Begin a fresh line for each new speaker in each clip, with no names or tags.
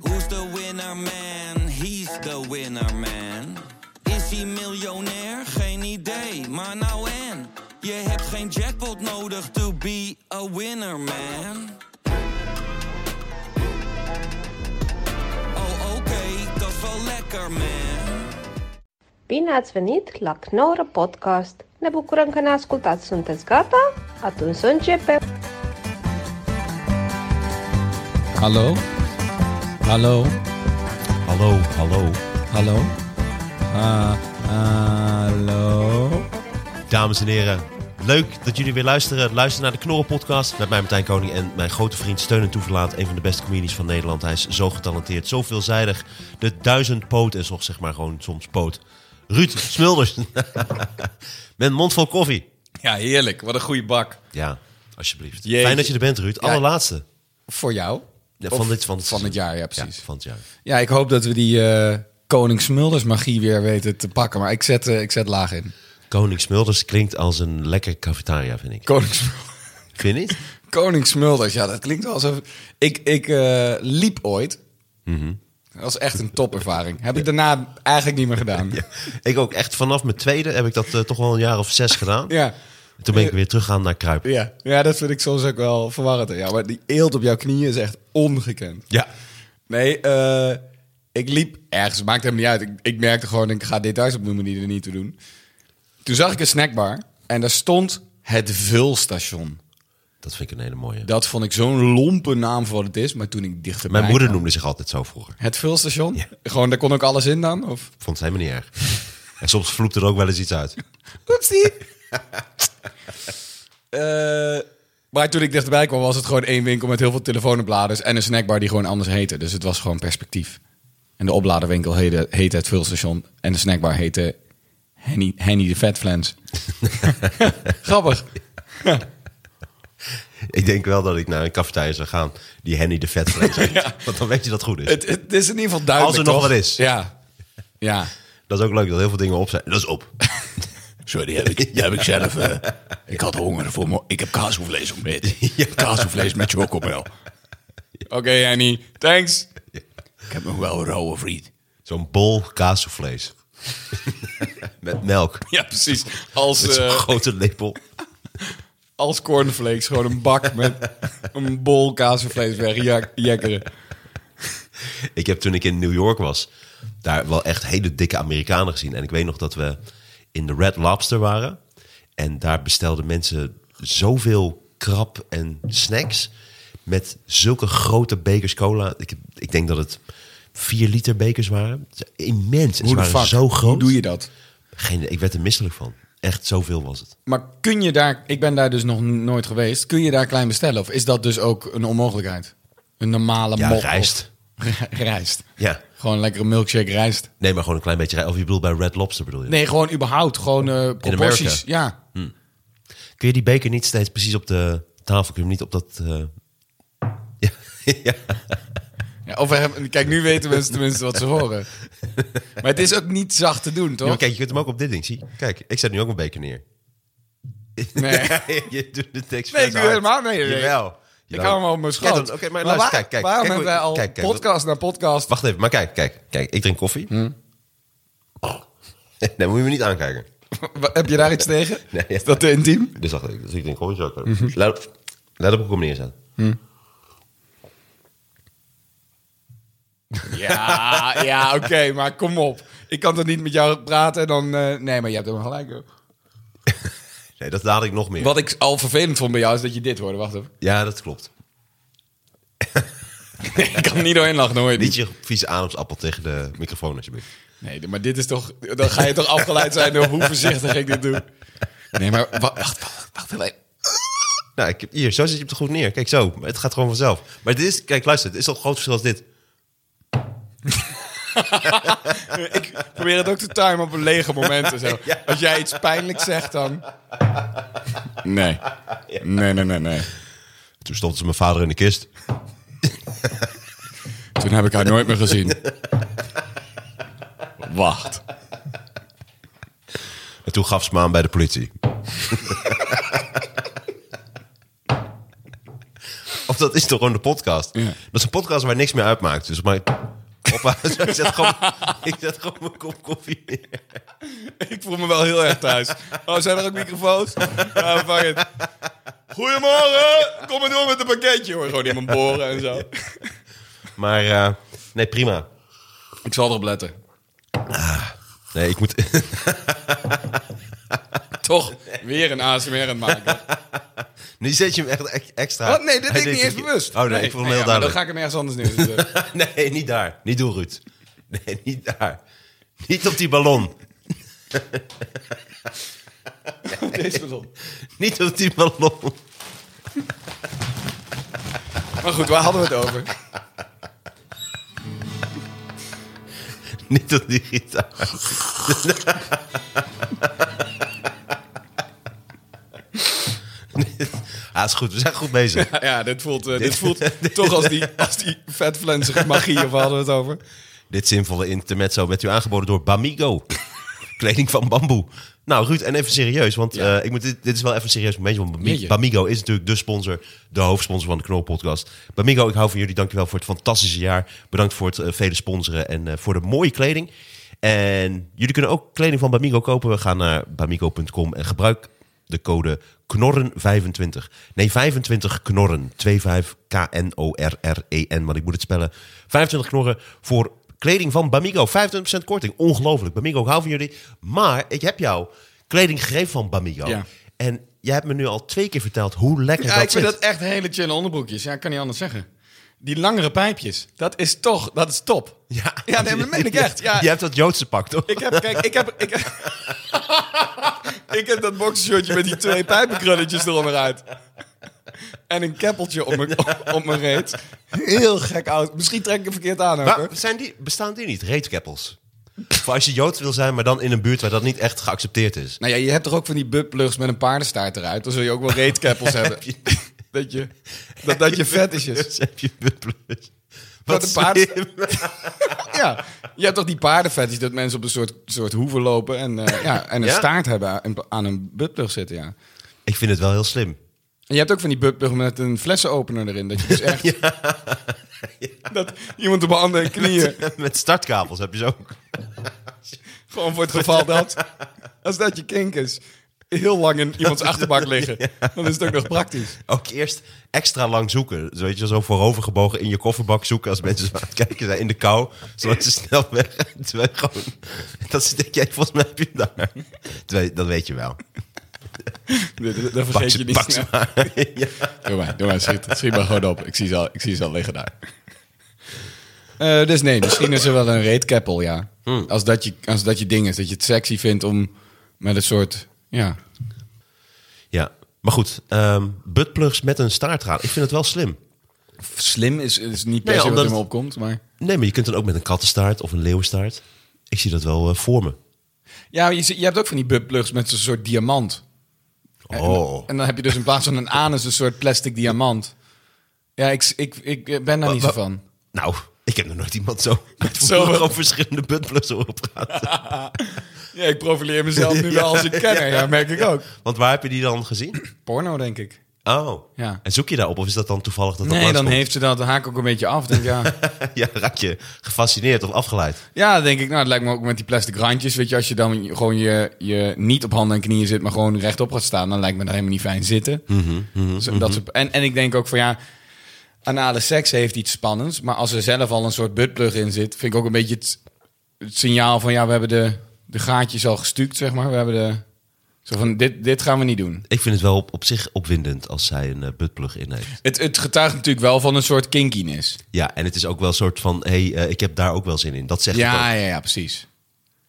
Who's the winner man? He's the winner man. Is hij miljonair? Geen idee, maar nou en. Je hebt geen jackpot nodig to be a winner man. Oh oké, dat is wel lekker man.
Bine ați venit la Knorr Podcast! Ne bucurăm că ne ascultați! Sunteți gata? Atunci să începem!
Hallo? Hallo?
Hallo, hallo.
Hallo? Ah, hallo?
Dames en heren, leuk dat jullie weer luisteren. Luister naar de Knorren podcast met mij Martijn Koning en mijn grote vriend Steun en Toeverlaat. Een van de beste comedians van Nederland. Hij is zo getalenteerd, zo veelzijdig. De duizendpoot en soms zeg maar gewoon soms poot. Ruud Smulders. met een mond vol koffie.
Ja, heerlijk. Wat een goede bak.
Ja, alsjeblieft.
Jeetje.
Fijn dat je er bent Ruud. Allerlaatste.
Voor jou?
Ja,
Of
van, dit, van, dit
van het
seizoen.
jaar, ja, precies.
Ja,
Ja,
van het jaar.
ik hoop dat we die eh Koning Smulders magie weer weten te pakken. Maar ik zet, eh, ik zet laag in.
Koning Smulders klinkt als een lekker cafetaria, vind ik.
Koning, Smu-
Vind je niet?
Koning Smulders, ja, dat klinkt wel alsof... Ik, ik eh, liep ooit. Dat was echt een topervaring. Heb ik daarna eigenlijk niet meer gedaan. Ja.
Ik ook echt vanaf mijn tweede heb ik dat eh, toch wel een jaar of zes gedaan.
ja.
Toen ben ik weer teruggegaan naar Kruip.
Ja, dat vind ik soms ook wel verwarrend. Ja, maar die eelt op jouw knieën is echt ongekend.
Ja.
Nee, eh, ik liep ergens. Maakt hem niet uit. Ik, ik merkte gewoon, ik ga details opnoemen die er niet toe doen. Toen zag ik een snackbar en daar stond het vulstation.
Dat vind ik een hele mooie.
Dat vond ik zo'n lompe naam voor wat het is. Maar toen ik dichterbij
Mijn moeder
kwam-
noemde zich altijd zo vroeger.
Het vulstation? Gewoon, daar kon ook alles in dan? Of?
Vond ze helemaal niet erg. En soms vloept er ook wel eens iets uit.
Oepsie. Eh, maar toen ik dichterbij kwam, was het gewoon één winkel met heel veel telefoonopladers en een snackbar die gewoon anders heette. Dus het was gewoon perspectief. En de opladerwinkel heette, heette het Vulstation en de snackbar heette Henny, Henny de Fat Flans. Grappig.
Ik denk wel dat ik naar een cafetaria zou gaan die Henny de Vet heeft. Want dan weet je dat het goed is.
Het, het is in ieder geval duidelijk.
Als er nog
toch?
wat is.
Ja. Ja.
Dat is ook leuk dat heel veel dingen op zijn. Dat is op.
Sorry, die heb ik, die heb ik zelf. eh, ik had honger voor me. Ik heb kaashoefvlees ontbeten. Kaashoefvlees met chocomel.
Oké, Henny. Thanks.
Ik heb nog wel een rauwe friet.
Zo'n bol kaasvlees. Met melk.
Ja, precies. Als,
Met zo'n
eh,
grote lepel.
als cornflakes, gewoon een bak met een bol kaas en vlees weg jak- jekkeren.
Ik heb toen ik in New York was, daar wel echt hele dikke Amerikanen gezien. En ik weet nog dat we in de Red Lobster waren. En daar bestelden mensen zoveel krap en snacks. Met zulke grote bekers cola. Ik, ik denk dat het 4 liter bekers waren. Het is Immens. En Ze
Hoe de
waren
fuck?
zo groot.
Hoe doe je dat?
Geen, ik werd er misselijk van. Echt zoveel was het.
Maar kun je daar, ik ben daar dus nog n- nooit geweest, kun je daar klein bestellen? Of is dat dus ook een onmogelijkheid? Een normale
Ja,
mok of-
rijst.
rijst.
Ja.
Gewoon lekkere milkshake rijst.
Nee, maar gewoon een klein beetje. rij- Of je bedoelt bij Red Lobster bedoel je?
Nee, gewoon überhaupt. Gewoon eh, proporties.
Amerika.
Ja.
Kun je die beker niet steeds precies op de tafel? Kun je hem niet op dat... eh, Ja. ja.
ja of we hebben, kijk, nu weten mensen tenminste wat ze horen. Maar het is ook niet zacht te doen,
Ja,
toch?
maar kijk, je kunt hem ook op dit ding, zie. Kijk, ik zet nu ook een beker neer.
Nee.
je doet de tekst
Nee, ik doe helemaal nee, nee.
Jawel.
Ik hou hem al op mijn schoot.
Kijk dan, Oké, maar
waar-
luister, kijk, kijk.
Waarom
kijk,
hebben wij al
kijk, kijk,
podcast Hmm. na podcast?
Wacht even, maar kijk, kijk, kijk. Ik drink koffie. nee, moet je me niet aankijken.
Heb je daar iets tegen?
Nee.
Is dat te intiem?
Dus wacht even, dus ik drink koffie. zo.
Mhm.
Let, let op hoe ik hem neerzet.
Ja, ja, oké, maar kom op. Ik kan toch niet met jou praten en dan... eh, nee, maar je hebt helemaal gelijk. hoor.
Nee, dat laat ik nog meer.
Wat ik al vervelend vond bij jou is dat je dit hoorde. Wacht even.
Ja, dat klopt.
ik kan er niet doorheen lachen, hoor je
Niet
niet.
je vieze ademsappel tegen de microfoon, alsjeblieft.
Nee, maar dit is toch... Dan ga je toch afgeleid zijn door hoe voorzichtig ik dit doe. Nee, maar wa- wacht, wacht, wacht even.
Nou, ik, hier, zo zit je hem toch goed neer. Kijk, zo. Het gaat gewoon vanzelf. Maar dit is, kijk, luister. Het is al een groot verschil als dit.
Ik probeer het ook te timen op een lege moment en zo. Als jij iets pijnlijks zegt, dan... Nee. Nee, nee, nee, nee.
Toen stond ze mijn vader in de kist.
Toen heb ik haar nooit meer gezien. Wacht.
En toen gaf ze me aan bij de politie. of dat dat is toch gewoon de podcast.
Ja.
Dat is een podcast waar niks meer uitmaakt. Dus maar op, ik, zet gewoon, ik zet gewoon mijn kop koffie neer.
Ik voel me wel heel erg thuis. Oh, zijn er ook microfoons? Ja, fuck it. Goedemorgen! Kom maar door met een pakketje hoor. Gewoon iemand boren en zo.
Maar eh, nee, prima.
Ik zal erop letten.
Nee, ik moet...
Toch weer een ASMR aan maken.
Nu zet je hem echt ex- extra...
Wat? Oh, Nee, dit
Hij
deed ik niet
deed
eens bewust.
Oh nee, ik voel hem
Nee,
heel
ja, maar Dan
duidelijk.
ga ik hem ergens anders neerzetten.
Nee, niet daar. Niet doen, Ruud. Nee, niet daar. Niet op die ballon.
Deze ballon.
Niet op die ballon.
Maar goed, waar hadden we het over?
Niet op die gitaar. Ah, is goed. We zijn goed bezig.
Ja, dit voelt, eh, dit voelt toch als die, als die vetvlenzige magie. Of waar hadden we het over?
Dit zinvolle intermezzo werd u aangeboden door Bamigo. Kleding van bamboe. Nou, Ruud, en even serieus, want eh, ik moet dit, dit is wel even een serieus momentje. Want Bami-
Jeetje.
Bamigo is natuurlijk de sponsor, de hoofdsponsor van de Knol Podcast. Bamigo, ik hou van jullie. Dankjewel voor het fantastische jaar. Bedankt voor het eh, vele sponsoren en eh, voor de mooie kleding. En jullie kunnen ook kleding van Bamigo kopen. We gaan naar bamigo.com en gebruik de code KNORREN25. Nee, 25 KNORREN. 25 K-N-O-R-R-E-N, E want ik moet het spellen. 25 KNORREN voor kleding van Bamigo. 25% korting. Ongelooflijk. Bamigo, ik hou van jullie. Maar ik heb jou kleding gegeven van Bamigo.
Ja.
En jij hebt me nu al twee keer verteld hoe lekker
Ja,
dat
ik vind
zit.
dat echt hele chille onderbroekjes. Ja, ik kan niet anders zeggen. Die langere pijpjes, dat is toch, dat is top.
Ja,
ja nee, maar dat meen ik echt. Ja,
Je hebt dat Joodse pak, toch?
Ik heb, kijk, ik heb, ik, ik heb dat boxershortje met die twee pijpenkrulletjes eronder uit. En een keppeltje op mijn, op, op mijn reet. Heel gek oud. Misschien trek ik hem verkeerd aan ook, hoor.
Maar zijn die, bestaan die niet? Reetkeppels. Voor als je Joods wil zijn, maar dan in een buurt waar dat niet echt geaccepteerd is.
Nou ja, je hebt toch ook van die buttplugs met een paardenstaart eruit. Dan zul je ook wel reetkeppels hebben. Dat je, dat, dat je fetishes.
Dus heb je buttplus.
Dat
Wat
een paard-
slim.
Ja, je hebt toch die paardenfetish dat mensen op een soort, soort hoeven lopen en, eh, ja, en een
Ja?
staart hebben aan, aan een buttplug zitten, ja.
Ik vind het wel heel slim.
En je hebt ook van die buttplug met een flessenopener erin. Dat je dus echt... Dat iemand op mijn handen en knieën,
Met startkabels heb je ze ook.
gewoon voor het geval dat, als dat je kink is, heel lang in iemands achterbak liggen. Dan is het ook nog praktisch.
Ook eerst extra lang zoeken. Zo, weet je, zo voorovergebogen in je kofferbak zoeken als mensen aan het kijken zijn in de kou. Zodat ze snel weg. Terwijl je gewoon, dat ze denken, jij, volgens mij heb je hem daar. Terwijl, je- dat weet je wel.
Dat, dat vergeet
Pak
je
ze,
niet
pak
snel.
ze maar. Ja.
Doe maar, doe maar, schiet, schiet maar gewoon op. Ik zie ze al, ik zie ze al liggen daar. Eh, dus nee, misschien is er wel een reetkeppel, ja. Als, dat je, als dat je ding is, dat je het sexy vindt om met een soort... Ja,
Ja, maar goed. ehm buttplugs met een staartraad. Ik vind het wel slim.
slim is, is niet per
Nee,
se wat
omdat
in me
het-
opkomt, maar...
Nee, maar je kunt dan ook met een kattenstaart of een leeuwenstaart. Ik zie dat wel eh, voor me.
Ja, je, zie- je hebt ook van die buttplugs met zo'n soort diamant.
Oh.
En dan heb je dus in plaats van een anus een soort plastic diamant. Ja, ik, ik, ik ben daar niet zo
Wat-
van.
Nou, ik heb nog nooit iemand zo met
Zo.
gewoon verschillende buttplugs horen praten.
Ja, ik profileer mezelf nu wel als een kenner, ja, merk ik ook.
Want waar heb je die dan gezien?
Porno, denk ik.
Oh.
Ja.
En zoek je daarop of is dat dan toevallig dat dat
Nee, dan
langskomt?
heeft ze dat, dan haak ik ook een beetje af. Denk, ja.
ja, raak je gefascineerd of afgeleid.
ja, dan denk ik, nou, het lijkt me ook met die plastic randjes. Weet je, als je dan gewoon je, je niet op handen en knieën zit, maar gewoon rechtop gaat staan, dan lijkt me dat helemaal niet fijn zitten. Dus dat soort- en, en ik denk ook van ja, anale seks heeft iets spannends, maar als er zelf al een soort buttplug in zit, vind ik ook een beetje het, het signaal van ja, we hebben de, de gaatjes al gestuukt, zeg maar. We hebben de. Zo van, dit, dit gaan we niet doen.
Ik vind het wel op, op zich opwindend als zij een eh, buttplug in heeft.
Het, het getuigt natuurlijk wel van een soort kinkiness.
Ja, en het is ook wel een soort van, hé, hey, eh, ik heb daar ook wel zin in. Dat zegt het ook.
Ja, ja, ja, precies.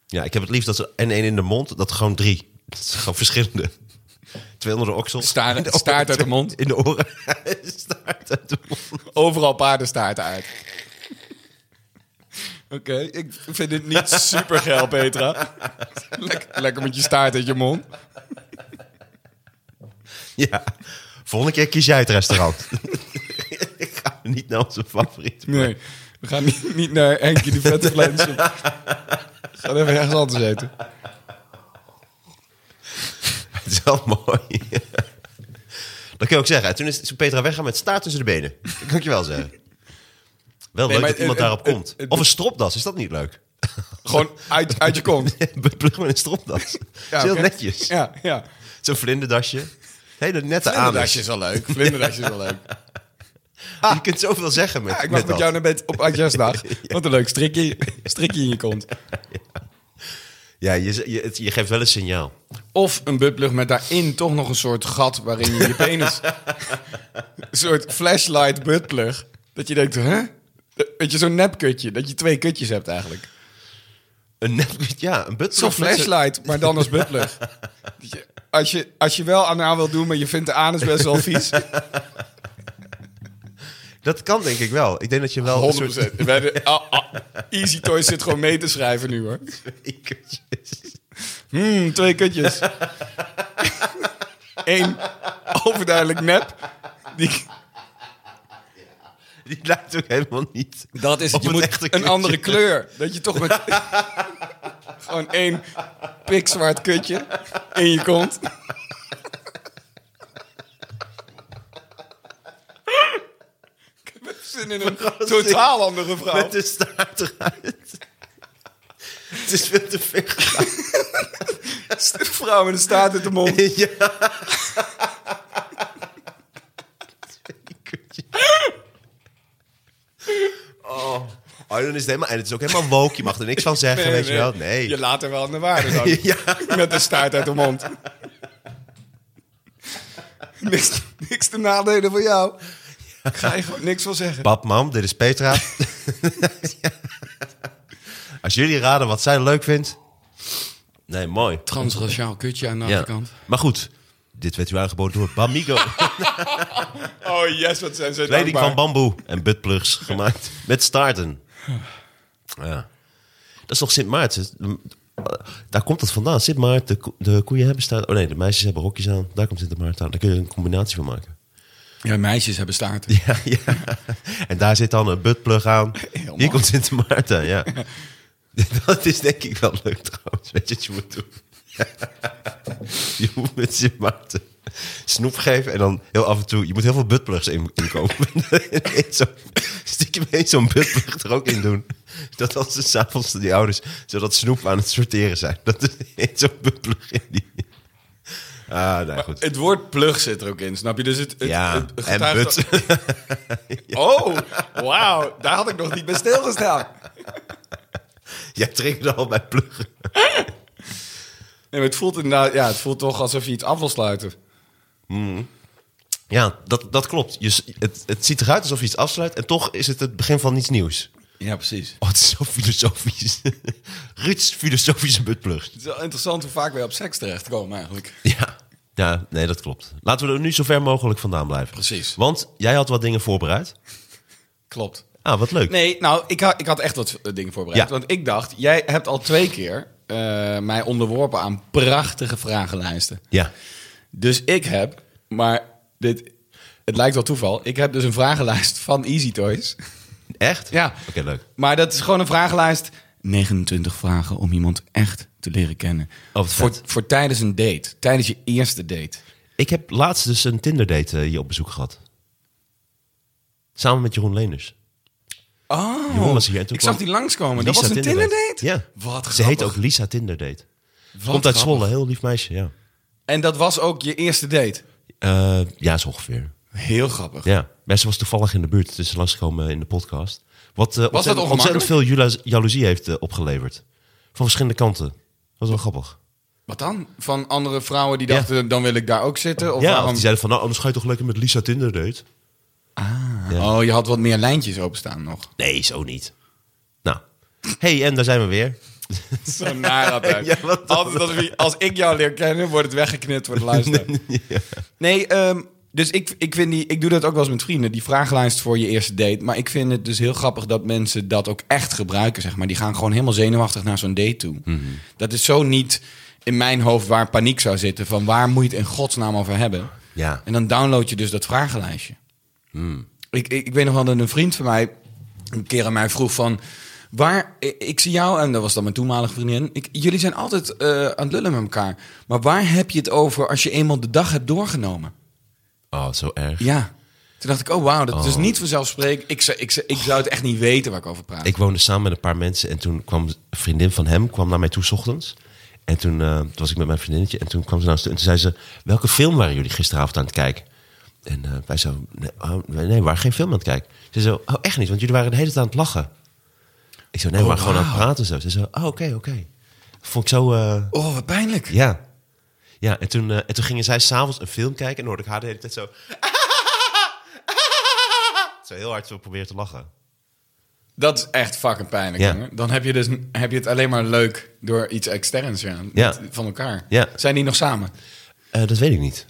Ja, ik heb het liefst dat ze en één in de mond, dat gewoon drie. Dat is gewoon verschillende. Twee onder de oksel.
Staart-
In oren,
staart uit de mond.
In de oren. staart uit de mond.
Overal paardenstaart uit. Oké, ik vind het niet super geil, Petra. Lekker, lekker met je staart uit je mond.
Ja. Volgende keer kies jij het restaurant. ik ga niet naar onze favoriet.
Nee, we gaan niet, niet naar Henkie de Vette Flens. We gaan even ergens anders eten.
Het is wel mooi. Dat kun je ook zeggen. En toen is is Petra weggaan met staart tussen de benen. Dat kan ik je wel zeggen.
Nee,
Wel leuk
maar
dat
het- het-
iemand daarop
het-
komt.
het-
of een stropdas, is dat niet leuk?
Gewoon uit, uit je kont.
Plug met een stropdas. Dat is
Ja,
heel
oké.
netjes.
Ja, ja.
Zo'n vlinderdasje. Hele nette
Vlinderdasje
aandacht.
is wel leuk. Vlinderdasje is wel leuk.
Ah, Je kunt zoveel zeggen met,
Ja, ik mag
met
met
dat.
jou naar bed op Adjasdag. Wat een leuk strikje, strikje in je kont.
Ja, je, z- je, het- je geeft wel een signaal.
Of een buttplug met daarin toch nog een soort gat waarin je je penis... een soort flashlight buttplug. Dat je denkt, hè? Weet je, zo'n nepkutje. Dat je twee kutjes hebt eigenlijk.
Een net, ja, een butt.
Zo'n flashlight, maar dan als buttplug. Dat je- Als je, als je wel aan haar wil doen, maar je vindt de anus best wel vies. 100%.
Dat kan denk ik wel. Ik denk dat je wel een soort
Bij de- ah, ah, Easy Toys zit gewoon mee te schrijven nu hoor.
twee kutjes.
Hmm, twee kutjes. Eén, overduidelijk nep. Die,
Die lijkt ook helemaal niet.
dat is
op
Je
het
moet
echte
een
kutje.
andere kleur. Dat je toch met... gewoon één pikzwart kutje in je kont. Ik heb even zin in een totaal andere vrouw.
Met de staart eruit. Het is veel te veel gedaan.
Een vrouw met een staart uit de mond.
Ja. Twee kutjes. Oh. Oh, dan is het helemaal, en het is ook helemaal woke. Je mag er niks van zeggen,
Nee,
weet
nee.
je wel. Nee.
Je laat er wel aan de waarde dan.
Ja.
Met de staart uit de mond. niks, niks te nadelen voor jou. Ik ga je gewoon niks van zeggen.
Pap, mam, dit is Petra. Ja. Als jullie raden wat zij leuk vindt. Nee, mooi.
Transraciaal kutje aan de
Ja. Maar goed, dit werd u aangeboden door Bamigo.
Oh yes, wat zijn ze
Kleding
dankbaar.
van bamboe en buttplugs gemaakt met staarten. Ja. Dat is toch Sint Maarten? Daar komt dat vandaan. Sint Maarten, de, ko- de koeien hebben staarten. Oh nee, de meisjes hebben hokjes aan. Daar komt Sint Maarten aan. Daar kun je een combinatie van maken.
Ja, meisjes hebben staarten.
Ja, ja. En daar zit dan een buttplug aan.
Heel
Hier
mooi.
komt Sint Maarten, ja. Dat is denk ik wel leuk trouwens. Weet je wat je moet doen? Je moet met Sint Maarten snoep geven en dan heel af en toe... Je moet heel veel buttplugs in, inkopen. Ineens zo, stiekem eens zo'n buttplug er ook in doen. Dat als de s'avonds die ouders zodat snoep aan het sorteren zijn. Dat is ineens zo'n buttplug in die... Ah, nou goed.
Het woord plug zit er ook in, snap je? Dus het, het,
Ja,
het
en
getuigt-
but.
Oh, wauw. Daar had ik nog niet bij stilgestaan.
Jij drinkt al bij pluggen.
Nee, maar het voelt inderdaad... Ja, het voelt toch alsof je iets af wil sluiten.
Ja, dat, dat klopt. Je, s- het, het ziet eruit alsof je iets afsluit en toch is het het begin van iets nieuws.
Ja, precies.
Oh, het is zo filosofisch. Ruud's filosofische buttplug.
Het is wel interessant hoe vaak wij op seks terechtkomen eigenlijk.
Ja. ja, nee, dat klopt. Laten we er nu zo ver mogelijk vandaan blijven.
Precies.
Want jij had wat dingen voorbereid.
Klopt.
Ah, wat leuk.
Nee, nou, ik, ha- ik had echt wat eh, dingen voorbereid.
Ja.
Want ik dacht, jij hebt al twee keer eh, mij onderworpen aan prachtige vragenlijsten.
Ja.
Dus ik heb, maar dit, het lijkt wel toeval, ik heb dus een vragenlijst van Easy Toys.
Echt?
Ja.
Oké, leuk.
Maar dat is gewoon een vragenlijst. 29 vragen om iemand echt te leren kennen.
Oh, wat
voor,
vet.
voor tijdens een date, tijdens je eerste date.
Ik heb laatst dus een Tinder date hier op bezoek gehad. Samen met Jeroen Leners.
Oh,
Jeroen was hier en toen
ik zag
kwam
die langskomen. Oh, Dat was een Tinder date?
Ja.
Wat
Ze heet
grappig.
ook Lisa Tinder date.
Wat
Komt uit
grappig.
Zwolle, heel lief meisje, ja.
En dat was ook je eerste date?
Eh, ja, zo ongeveer.
Heel grappig.
Ja, maar ze was toevallig in de buurt, dus ze langsgekomen in de podcast. Wat eh, ontzettend, ontzettend
ongemakkelijk?
veel jula- jaloezie heeft eh, opgeleverd. Van verschillende kanten. Dat was wel grappig.
Wat dan? Van andere vrouwen die
Ja.
dachten, dan wil ik daar ook zitten? Of
ja, of
waarom?
die zeiden van, nou, anders ga je toch lekker met Lisa Tinder date?
Oh, je had wat meer lijntjes openstaan nog.
Nee, zo niet. Nou, hey, en daar zijn we weer.
Zo naar altijd.
Ja, wat dan?
Altijd als, we- als ik jou leer kennen, wordt het weggeknipt voor de luisteraar. Nee, ehm, dus ik, ik, vind die, ik doe dat ook wel eens met vrienden. Die vragenlijst voor je eerste date. Maar ik vind het dus heel grappig dat mensen dat ook echt gebruiken, zeg maar. Die gaan gewoon helemaal zenuwachtig naar zo'n date toe.
Mhm.
Dat is zo niet in mijn hoofd waar paniek zou zitten. Van waar moet je het in godsnaam over hebben?
Ja.
En dan download je dus dat vragenlijstje. Ik, ik, ik weet nog wel dat een vriend van mij een keer aan mij vroeg van... Waar, ik, ik zie jou, en dat was dan mijn toenmalige vriendin... Ik, jullie zijn altijd eh, aan het lullen met elkaar. Maar waar heb je het over als je eenmaal de dag hebt doorgenomen?
Oh, zo erg.
Ja. Toen dacht ik, oh wauw, dat is niet vanzelfsprekend. Ik, zou- ik, zou- ik zou het echt niet weten waar ik over praat.
Ik woonde samen met een paar mensen en toen kwam een vriendin van hem kwam naar mij toe 's ochtends. En toen, eh, toen was ik met mijn vriendinnetje en toen kwam ze naar ons toe en toen zei ze... Welke film waren jullie gisteravond aan het kijken? En eh, wij zo... Nee, oh, nee, we waren geen film aan het kijken. Ze zo, oh echt niet, want jullie waren de hele tijd aan het lachen. Ik zo, nee, we
Oh,
maar gewoon aan het
wauw.
praten zo. Ze zo, oh oké, oké. Vond ik zo... eh,
oh, wat pijnlijk.
ja. Ja, en toen, eh, en toen gingen zij s'avonds een film kijken en dan hoorde ik haar de hele tijd zo... zo heel hard zo proberen te lachen.
Dat is echt fucking pijnlijk,
Ja.
jongen. Dan heb je, dus, heb je het alleen maar leuk door iets externs ja, niet
Ja.
van elkaar.
Ja.
Zijn die nog samen?
Eh, dat weet ik niet.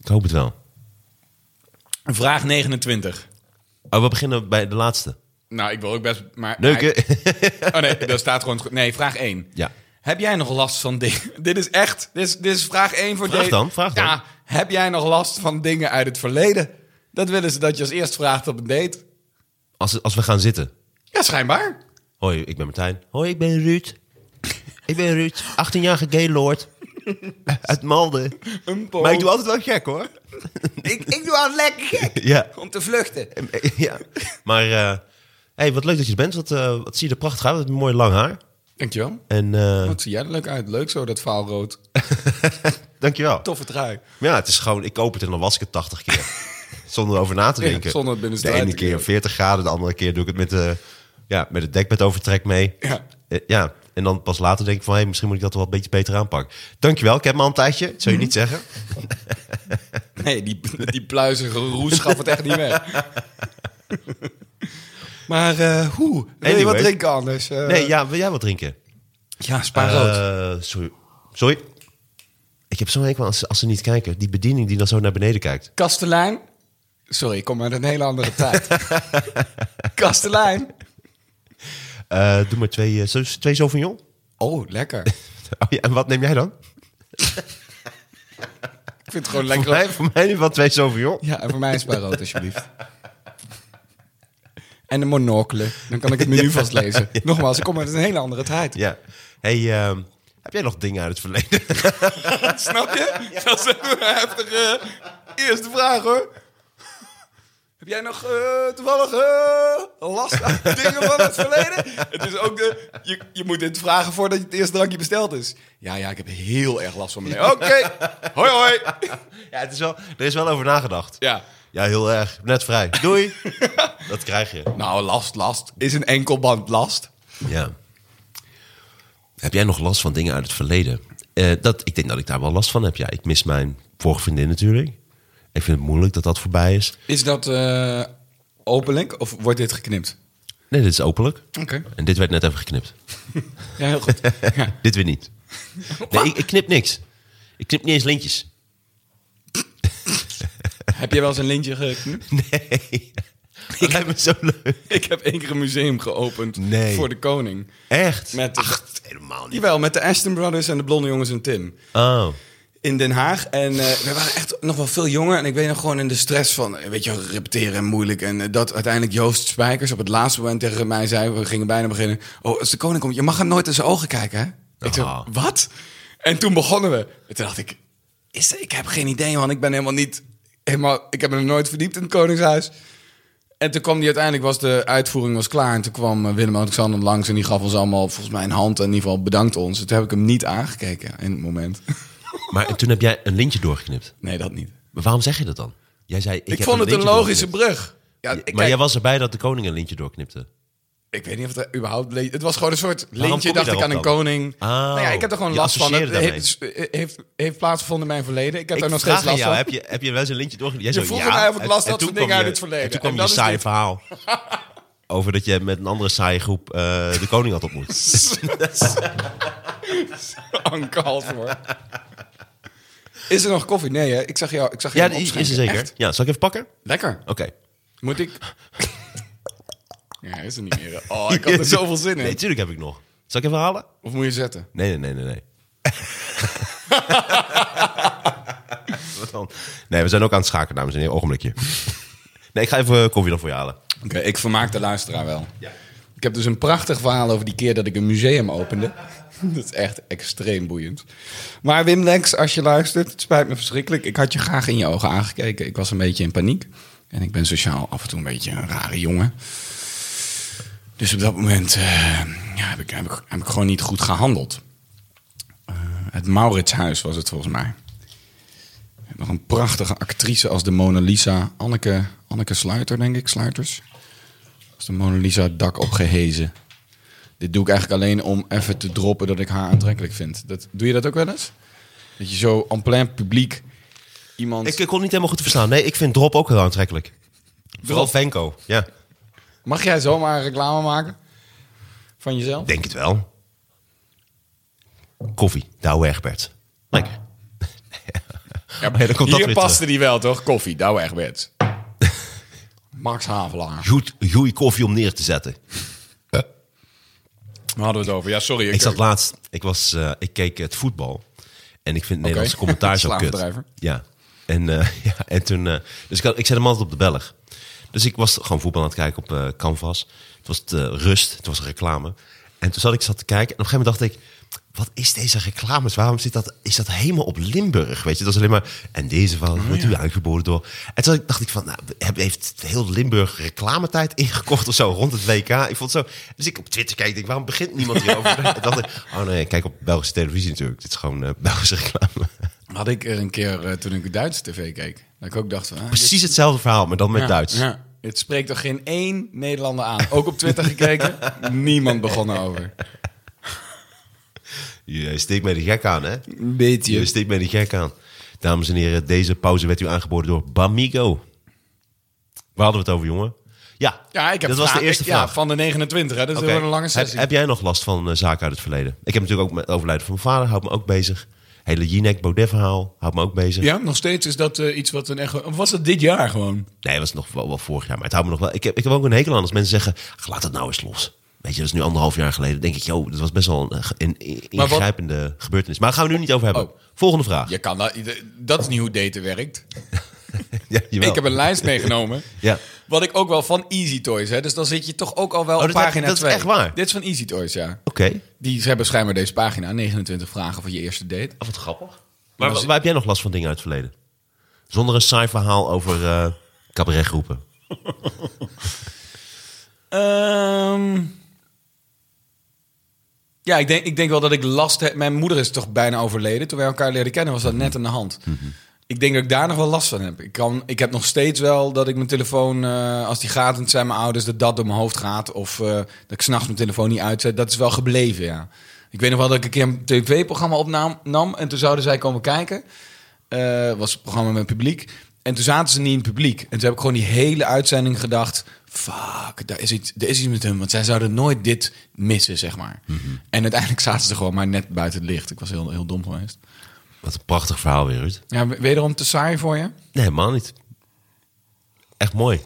Ik hoop het wel.
Vraag 29.
Oh, we beginnen bij de laatste.
Nou, ik wil ook best... Maar
Neuken.
Oh nee, daar staat gewoon... Nee, vraag 1.
Ja.
Heb jij nog last van dingen... Dit is echt... Dit is, dit is vraag 1 voor
Vraag
de-
dan, vraag dan.
Ja, heb jij nog last van dingen uit het verleden? Dat willen ze dat je als eerst vraagt op een date.
Als, als we gaan zitten.
Ja, schijnbaar.
Hoi, ik ben Martijn. Hoi, ik ben Ruud. ik ben Ruud, 18-jarige gaylord. Uit Malden.
Een poot
Maar ik doe altijd wel gek, hoor.
ik, ik doe aan lekker gek
ja.
om te vluchten.
ja. Maar, eh, hey, wat leuk dat je er bent. Wat, eh, wat zie je er prachtig uit. Wat een mooi lang haar.
Dankjewel.
En, eh,
Wat zie jij er leuk uit. Leuk zo, dat vaalrood.
dankjewel.
Toffe trui.
Ja, het is gewoon, ik koop het en dan was ik het 80 keer. zonder erover na te
Ja,
denken.
zonder het binnenste
De
uit
ene
te
keer
keren.
40 graden, de andere keer doe ik het met, de, ja, met het dekbed overtrek mee.
Ja.
Eh, ja. En dan pas later denk ik van, hé, misschien moet ik dat wel een beetje beter aanpakken. Dankjewel, ik heb me al een tijdje. Dat zou
Mhm.
je niet zeggen.
Nee, die, die pluizige roes gaf het echt niet weg. maar eh hoe? Wil je
Anyway.
wat drinken anders? Eh,
Nee, ja, wil jij wat drinken?
ja, spaarrood.
Eh, sorry. Sorry. Ik heb zo'n hekel als, als ze niet kijken. Die bediening die dan zo naar beneden kijkt.
Kastelein. Sorry, ik kom uit een hele andere tijd. Kastelein.
Eh, doe maar twee, eh, zo- twee Sauvignon.
Oh, lekker.
Oh, ja, en wat neem jij dan?
Ik vind het gewoon
Voor mij,
lekker.
voor mij nu wel twee Sauvignon.
Ja, en voor mij een spaarrood alsjeblieft. En een monocle. Dan kan ik het menu vastlezen. Nogmaals, ik kom uit een hele andere tijd.
Ja. Hey, ehm, heb jij nog dingen uit het verleden?
Snap je? Dat is een heftige eh, eerste vraag hoor. Heb jij nog eh, toevallig eh, last van dingen van het verleden? Het is ook de, je, je moet dit vragen voordat het eerste drankje besteld is. Ja, ja, ik heb heel erg last van mijn Oké, hoi hoi.
ja, het is wel, er is wel over nagedacht.
Ja.
Ja, heel erg. Net vrij. Doei. dat krijg je.
Nou, last, last. Is een enkelband last?
Ja. Heb jij nog last van dingen uit het verleden? Eh, dat, ik denk dat ik daar wel last van heb. Ja, ik mis mijn vorige vriendin natuurlijk. Ik vind het moeilijk dat dat voorbij is.
Is dat eh, openlijk of wordt dit geknipt?
Nee, dit is openlijk.
Oké.
En dit werd net even geknipt.
Ja, heel goed. Ja.
Dit weer niet. Nee, ik, ik knip niks. Ik knip niet eens lintjes.
Heb je wel eens een lintje geknipt?
Nee. Dat lijkt me zo leuk.
Ik heb één keer een museum geopend
Nee.
voor de koning.
Echt?
Met-
Ach, helemaal niet.
Jawel, met de Ashton Brothers en de Blonde Jongens en Tim.
Oh.
In Den Haag. En eh, we waren echt nog wel veel jonger. En ik weet nog gewoon in de stress van, eh, weet je, repeteren en moeilijk. En eh, dat uiteindelijk Joost Spijkers op het laatste moment tegen mij zei... We gingen bijna beginnen. Oh, als de koning komt, je mag hem nooit in zijn ogen kijken, hè? Ik
Ah.
zei, wat? En toen begonnen we. En toen dacht ik, is, ik heb geen idee, man. Ik ben helemaal niet... Helemaal, ik heb me nog nooit verdiept in het Koningshuis. En toen kwam die uiteindelijk, was de uitvoering was klaar. En toen kwam eh, Willem-Alexander langs en die gaf ons allemaal volgens mij een hand. En in ieder geval bedankt ons. En Toen heb ik hem niet aangekeken in het moment.
Maar en toen heb jij een lintje doorgeknipt.
Nee, dat niet.
Maar waarom zeg je dat dan? Jij zei, ik,
Ik,
heb
vond het een
lintje
logische
doorgeknipt.
brug. Ja,
maar
ik,
jij
kijk,
was erbij dat de koning een lintje doorknipte.
ik weet niet of het überhaupt... le- Het was gewoon een soort
kom je
lintje, dacht ik,
daarop
aan een
dan?
koning.
Oh,
nou ja, ik heb er gewoon
je
last van. Het
associeerde
heeft, eh, heeft, heeft plaatsgevonden in mijn verleden. Ik heb
Ik
daar nog
vraag
steeds
aan
last
jou,
van.
heb je, heb je wel eens een lintje
Je
doorgeknipt? Jij zo,
vroeg
ja.
mij of ik
En-
last
en
had
toen
van
kwam
dingen uit het
je-
verleden.
En toen
En
kwam
dat
je
is
saai
dit.
verhaal. Over dat je met een andere saaie groep eh, de koning had ontmoet.
Anke Halsmoor. Is er nog koffie? Nee, hè? Ik zag jou, ik zag
ja,
jou
die is er
opschenken.
zeker.
Echt?
Ja, zal ik even pakken? Oké.
Lekker. Moet ik... Ja, hij is er niet meer. Oh, ik had er zoveel zin
Nee,
in.
tuurlijk heb ik nog. Zal ik even halen?
Of moet je zetten?
Nee, nee, nee, nee, nee. Wat dan? Nee, we zijn ook aan het schaken, dames en heren. Ogenblikje. Nee, ik ga even eh, koffie dan voor je halen.
Oké, ik vermaak de luisteraar wel.
Ja.
Ik heb dus een prachtig verhaal over die keer dat ik een museum opende. Dat is echt extreem boeiend. Maar Wim Lex, als je luistert, het spijt me verschrikkelijk. Ik had je graag in je ogen aangekeken. Ik was een beetje in paniek. En ik ben sociaal af en toe een beetje een rare jongen. Dus op dat moment eh, ja, heb, ik, heb, ik, heb ik gewoon niet goed gehandeld. Eh, het Mauritshuis was het volgens mij. We hebben nog een prachtige actrice als de Mona Lisa. Anneke, Anneke Sluiter, denk ik. Sluiters. Als de Mona Lisa het dak opgehezen. Dit doe ik eigenlijk alleen om even te droppen dat ik haar aantrekkelijk vind. Dat, doe je dat ook wel eens? Dat je zo en plein publiek iemand...
Ik, ik kon niet helemaal goed verstaan. Nee, ik vind drop ook heel aantrekkelijk. Vooral Venko. Ja,
Mag jij zomaar reclame maken? Van jezelf?
denk het wel. Koffie, de oude Egbert. Lekker.
Ja,
maar ja, dan komt dat
hier
weer
paste die wel, toch? Koffie, Douwe Egberts. Max Havelaar.
Goed, goeie koffie om neer te zetten.
Waar hadden we het over? Ja, sorry.
Ik zat laatst, ik, was, eh, ik keek het voetbal. En ik vind het Nederlandse commentaar zo kut.
Slaafbedrijver.
Ja. En, eh, ja, en toen, eh, dus ik, had- ik zet hem altijd op de Belg. Dus ik was gewoon voetbal aan het kijken op eh, Canvas. Het was het, eh, rust, het was reclame. En toen zat ik zat te kijken en op een gegeven moment dacht ik... Wat is deze reclames? Waarom zit dat, is dat helemaal op Limburg? Weet je, dat is alleen maar... En deze van, wordt u aangeboden door... En toen dacht ik van, nou, heb- heeft heel Limburg reclametijd ingekocht of zo rond het WK? Ik vond het zo... Dus ik op Twitter keek, denk, waarom begint niemand hierover? en dacht ik, oh nee, ik kijk op Belgische televisie natuurlijk. Dit is gewoon eh, Belgische reclame.
Had ik er een keer eh, toen ik Duitse tv keek. Dat ik ook dacht van... ah, dit-
Precies hetzelfde verhaal, maar dan met
ja,
Duits.
Ja. Het spreekt toch geen één Nederlander aan. Ook op Twitter gekeken. Niemand begon over.
Je steekt mij de gek aan, hè?
Een
Je
beetje.
steekt mij de gek aan. Dames en heren, deze pauze werd u aangeboden door Bamigo. Waar hadden we het over, jongen? Ja,
Ja, ik heb
dat was de
vragen-
eerste
ik-
vraag.
Ja, van de 29. Hè. Dat is
Oké.
wel een lange
heb,
sessie.
heb jij nog last van eh, zaken uit het verleden? Ik heb natuurlijk ook met het overlijden van mijn vader, houdt me ook bezig. Hele Jinek Baudet verhaal, houdt me ook bezig.
Ja, nog steeds is dat eh, iets wat een echt... Of was dat dit jaar gewoon?
Nee, dat was nog wel, wel vorig jaar, maar het houdt me nog wel. Ik heb, ik heb ook een hekel aan als mensen zeggen, "Ach, laat het nou eens los. Weet je, dat is nu anderhalf jaar geleden. Dan denk ik, joh, dat was best wel een, eh, ge- een, een
Maar wat-
ingrijpende gebeurtenis. Maar daar gaan we nu niet over hebben.
Oh.
Volgende vraag.
Je kan dat, dat is niet hoe daten werkt.
Ja, jawel.
Ik heb een lijst meegenomen.
Ja.
Wat ik ook wel van Easy Toys. Hè? Dus dan zit je toch ook al wel
Oh,
op
dat heb-
pagina
dat is
2.
echt waar.
Dit is van Easy Toys, ja.
Oké,
Die ze hebben schijnbaar deze pagina. 29 vragen voor je eerste date.
Oh, wat grappig. Maar waar, waar heb jij nog last van dingen uit het verleden? Zonder een saai verhaal over eh cabaretgroepen.
Ehm, ja, ik denk, ik denk wel dat ik last heb. Mijn moeder is toch bijna overleden. Toen wij elkaar leren kennen was dat net aan de hand. Ik denk dat ik daar nog wel last van heb. Ik, kan, ik heb nog steeds wel dat ik mijn telefoon, eh, als die gaat en het zijn mijn ouders, dat dat door mijn hoofd gaat. Of eh, dat ik s'nachts mijn telefoon niet uitzet. Dat is wel gebleven, ja. Ik weet nog wel dat ik een keer een tv-programma opnam nam, en toen zouden zij komen kijken. Eh, was een programma met publiek. En toen zaten ze niet in het publiek. En toen heb ik gewoon die hele uitzending gedacht... fuck, daar is iets, er is iets met hem. Want zij zouden nooit dit missen, zeg maar.
Mhm.
En uiteindelijk zaten ze gewoon maar net buiten het licht. Ik was heel, heel dom geweest.
Wat een prachtig verhaal weer, Ruud.
Ja, w- wederom te saai voor je?
Nee, helemaal niet. Echt mooi.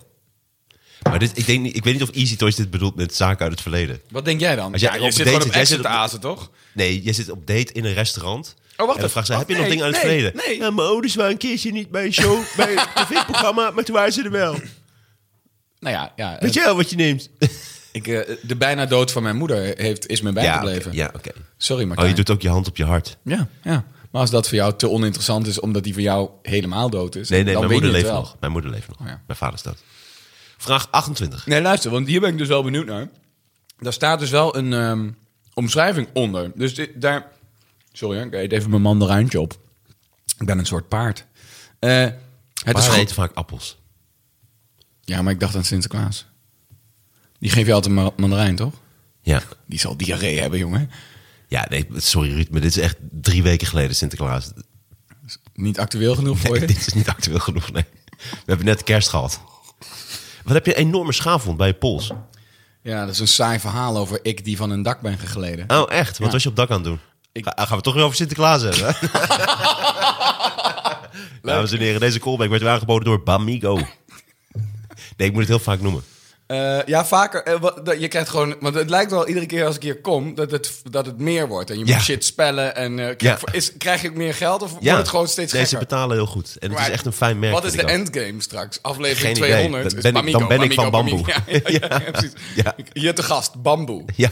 Maar dit, ik, denk, niet- ik weet niet of Easy Toys dit bedoelt met zaken uit het verleden.
Wat denk jij dan?
Als jij
ja,
erop
je zit
date
gewoon op
zit,
exit
jij zit
te
op-
azen, toch?
Nee, je zit op date in een restaurant.
Oh, wacht
en dan
even.
vraagt ze,
Wacht,
heb je nog
nee,
dingen uit het
nee,
verleden?
nee.
Ja, mijn ouders waren een keertje niet bij een show, bij een tv-programma, maar toen waren ze er wel.
Nou ja, ja
Weet
eh,
je wel wat je neemt?
ik, eh, de bijna dood van mijn moeder heeft, is me bijgebleven.
oké, ja, oké.
Sorry, maar
Oh, je doet ook je hand op je hart.
ja, ja. Maar als dat voor jou te oninteressant is, omdat die voor jou helemaal dood is...
Nee, nee,
dan
mijn
weet
moeder
je het
leeft
wel.
nog. Mijn moeder leeft nog.
Oh, ja.
Mijn vader is dood. Vraag 28.
Nee, luister, want hier ben ik dus wel benieuwd naar. Daar staat dus wel een ehm, omschrijving onder. Dus di- daar... Sorry, hè, ik eet even mijn mandarijntje op. Ik ben een soort paard. Eh, het is
Paarden
goed.
eten vaak appels.
Ja, maar ik dacht aan Sinterklaas. Die geeft je altijd ma- mandarijn, toch?
Ja.
Die zal diarree hebben, jongen.
Ja, nee, sorry Ruud, maar dit is echt drie weken geleden Sinterklaas.
Niet actueel genoeg voor je.
dit is niet actueel genoeg, nee. We hebben net kerst gehad. Wat heb je een enorme schaafwond bij je pols?
Ja, dat is een saai verhaal over ik die van een dak ben gegleden.
Oh, echt? Wat was je op dak aan het doen?
Ik-
Ga- gaan we het toch weer over Sinterklaas hebben? hè? Dames en heren, deze callback werd weer aangeboden door Bamigo. Nee, ik moet het heel vaak noemen.
Eh, Eh, ja, vaker. eh, wat- dat- je krijgt gewoon... Want het lijkt wel iedere keer als ik hier kom... dat het, dat het meer wordt. En je
Ja.
moet shit spellen. En eh,
Ja.
krijg, is, krijg ik meer geld of wordt het gewoon steeds
Deze
gekker?
betalen heel goed. En het
Maar
is echt een fijn merk.
Wat is de
vind ik ook.
endgame straks? Aflevering
Geen idee.
200
Dan
is
ben ik-
Bamigo,
dan ben ik
Bamigo,
van
Bamigo.
bamboe.
Ja, ja, ja,
Ja.
precies.
Ja.
Hier te gast, bamboe.
Ja.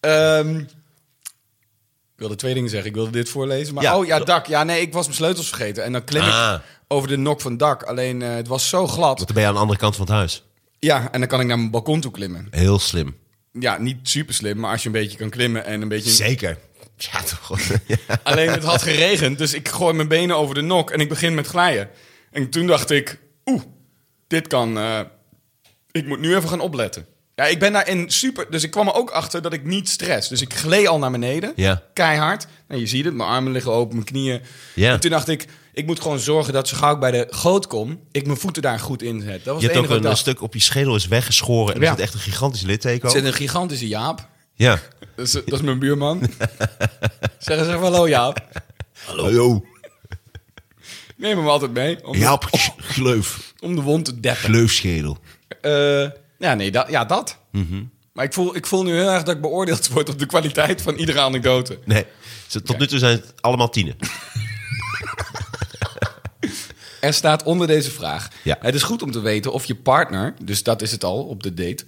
Ehm, ik wilde twee dingen zeggen. Ik wilde dit voorlezen. Maar
Ja.
oh ja, dak. Ja, nee, ik was mijn sleutels vergeten. En dan klim
Ah.
ik over de nok van dak. Alleen eh, het was zo glad.
Want dan ben je aan de andere kant van het huis.
Ja, en dan kan ik naar mijn balkon toe klimmen.
Heel slim.
Ja, niet super slim, maar als je een beetje kan klimmen en een beetje.
Zeker. Ja, toch. Ja.
Alleen het had geregend, dus ik gooi mijn benen over de nok en ik begin met glijden. En toen dacht ik, oeh, dit kan. eh, ik moet nu even gaan opletten. Ja, ik ben daarin super. Dus ik kwam er ook achter dat ik niet stress. Dus ik gleed al naar beneden.
Ja.
Keihard. En je ziet het, mijn armen liggen open, mijn knieën.
Ja.
En toen dacht ik, ik moet gewoon zorgen dat zo gauw ik bij de goot kom, ik mijn voeten daar goed in zet. Dat was het
Je hebt ook
enige wat
een,
ik dacht.
stuk op je schedel is weggeschoren. En
Ja.
er zit echt een gigantisch litteken
Er
op.
zit een gigantische Jaap.
Ja.
Dat is, dat is mijn buurman. zeg eens even hallo "Oh, Jaap.
Hallo. Hallo.
Neem hem altijd mee om,
Jaap, gleuf.
om de wond te deppen.
Gleufschedel.
Eh, ja, nee, dat, ja, dat. Maar ik voel, ik voel nu heel erg dat ik beoordeeld word op de kwaliteit van iedere anekdote.
Nee. Ze- Tot nu toe zijn het allemaal tienen.
Er staat onder deze vraag.
Ja.
Het is goed om te weten of je partner, dus dat is het al op de date,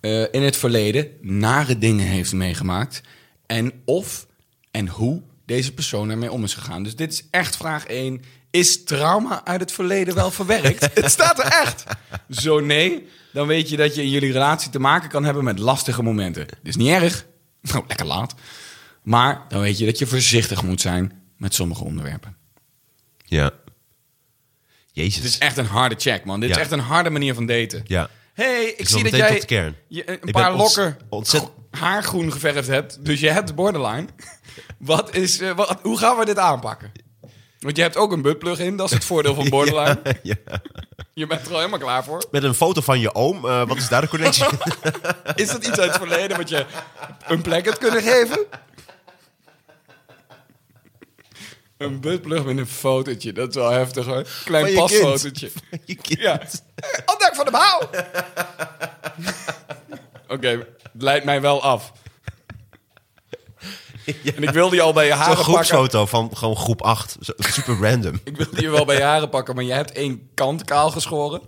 eh, in het verleden nare dingen heeft meegemaakt. En of en hoe deze persoon ermee om is gegaan. Dus dit is echt vraag 1. Is trauma uit het verleden wel verwerkt? het staat er echt. Zo nee, dan weet je dat je in jullie relatie te maken kan hebben met lastige momenten. Dit is niet erg. Nou, lekker laat. Maar dan weet je dat je voorzichtig moet zijn met sommige onderwerpen.
Ja.
Dit is
Jezus.
echt een harde check, man. Dit
Ja.
is echt een harde manier van daten.
Ja.
hey, ik,
Ik zal
zie dat
meteen
jij
tot de kern.
je een
Ik
paar
ben ont-
lokken
ontzett-
haargroen geverfd hebt. Dus je hebt borderline. wat is, eh, wat, hoe gaan we dit aanpakken? Want je hebt ook een buttplug in. Dat is het voordeel van borderline.
Ja.
Je bent er al helemaal klaar voor.
Met een foto van je oom. eh, wat is daar de connectie?
Is dat iets uit het verleden wat je een plek hebt kunnen geven? Een buttplug met een fotootje. Dat is wel heftig hoor.
Van
Klein
je kind.
pasfotootje.
Je kind.
Ja. Ondanks van de bouw. Oké, het leidt mij wel af. En ik wilde je al bij je
Zo'n
haren pakken.
groepsfoto van gewoon groep 8. Super random.
Ik wilde je wel bij je haren pakken, maar je hebt één kant kaal geschoren.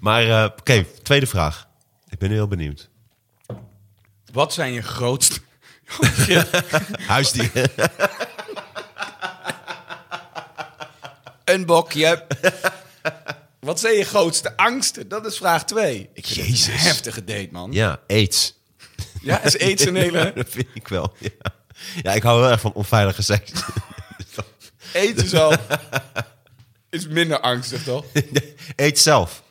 Maar eh, oké, tweede vraag. Ik ben heel benieuwd.
Wat zijn je grootste...
Huisdieren.
Een bokje. Wat zijn je grootste angsten? Dat is vraag 2.
Jezus.
Heftige date, man. Ja,
ja, aids.
is aids een hele...
dat vind ik wel. Ja. ja, ik hou heel erg van onveilige seks.
Aids is al... Is minder angstig, toch?
Aids zelf.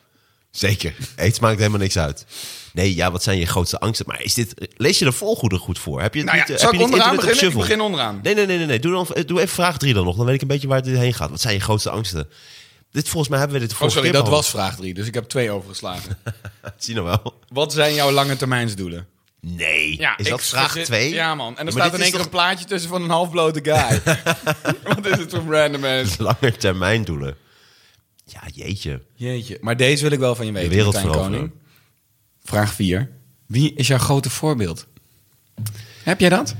Zeker. Aids maakt helemaal niks uit. Nee, ja, wat zijn je grootste angsten? Maar is dit, lees je de volgoede goed voor? Heb je het
Nou
niet,
ja,
eh,
zal
heb
ik
je niet
onderaan
internet op
beginnen? Ik
shuffle?
begin onderaan.
Nee, nee, nee, nee. nee. Doe, dan, eh, doe even vraag 3 dan nog. Dan weet ik een beetje waar dit heen gaat. Wat zijn je grootste angsten? Dit volgens mij hebben we dit
Oh,
vorige
sorry,
keer
dat was
behandeld.
vraag 3, dus ik heb twee overgeslagen.
Zie je nou wel?
Wat zijn jouw lange termijnsdoelen?
Nee. is dat vraag 2?
Ja, man. En er
Maar
staat
dit
in één
is
keer een
toch
plaatje tussen van een halfblote guy. Wat is het voor random ass?
Langer termijn doelen. Ja, jeetje.
Jeetje. Maar deze wil ik wel van je weten,
De wereld
Martijn
veroveren.
Koning. Vraag 4. Wie is jouw grote voorbeeld? Heb jij dat?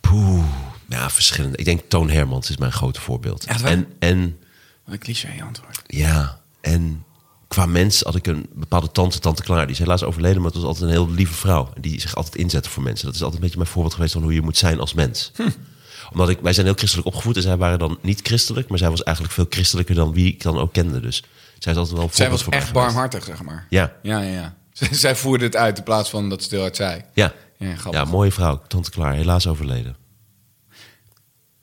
Poeh. Ja, verschillende. Ik denk Toon Hermans is mijn grote voorbeeld.
Echt waar?
en, en
Wat een cliché antwoord.
ja, en qua mens had ik een bepaalde tante, tante Klaar. Die is helaas overleden, maar het was altijd een heel lieve vrouw. En die zich altijd inzette voor mensen. Dat is altijd een beetje mijn voorbeeld geweest van hoe je moet zijn als mens.
Hm.
Omdat ik, wij zijn heel christelijk opgevoed en zij waren dan niet christelijk. Maar zij was eigenlijk veel christelijker dan wie ik dan ook kende. Dus zij is altijd wel een
Zij
voorbeeld
was
voor mij
echt
geweest.
barmhartig, zeg maar.
Ja.
Ja, ja, ja. Zij voerde het uit in plaats van dat stil uit zij.
Ja.
Ja,
Ja,
grappig.
mooie vrouw, tante Klaar. Helaas overleden.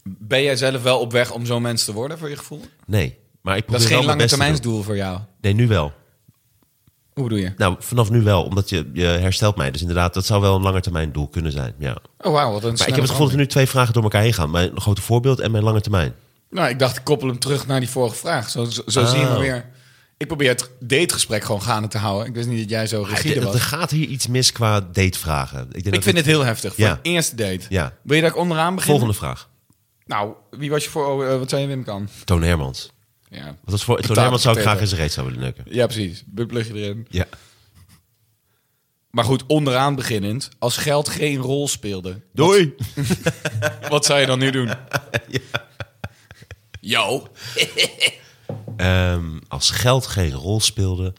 Ben jij zelf wel op weg om zo'n mens te worden, voor je gevoel?
Nee, maar ik
Dat is
probeer wel
geen lange
mijn best te doen.
termijnsdoel voor jou.
Nee, nu wel.
Hoe bedoel je?
Nou, vanaf nu wel, omdat je, je herstelt mij. Dus inderdaad, dat zou wel een langetermijn doel kunnen zijn. Ja.
Oh, wauw, wat een
Maar ik heb het gevoel dat er nu twee vragen door elkaar heen gaan. Mijn grote voorbeeld en mijn lange termijn.
Nou, ik dacht, ik koppel hem terug naar die vorige vraag. Zo, zo, zo
Oh.
zien we weer. Ik probeer het dategesprek gewoon gaande te houden. Ik wist niet dat jij zo rigide
Er,
was.
er gaat hier iets mis qua datevragen. Ik, denk dat
ik vind
het-
het heel heftig. Voor
Ja.
een eerste date.
Ja.
Wil je dat ik onderaan begin?
Volgende vraag.
Nou, wie was je voor... oh, eh, wat zei je, Wim Kan?
Toon Hermans.
Ja,
Want dat is voor het toneel, want zou ik graag in zijn reet zou willen neuken.
ja precies. Buttplugje erin.
Ja.
Maar goed, onderaan beginnend. Als geld geen rol speelde,
Doei!
wat zou je dan nu doen?
Jou?
Ehm, als geld geen rol speelde,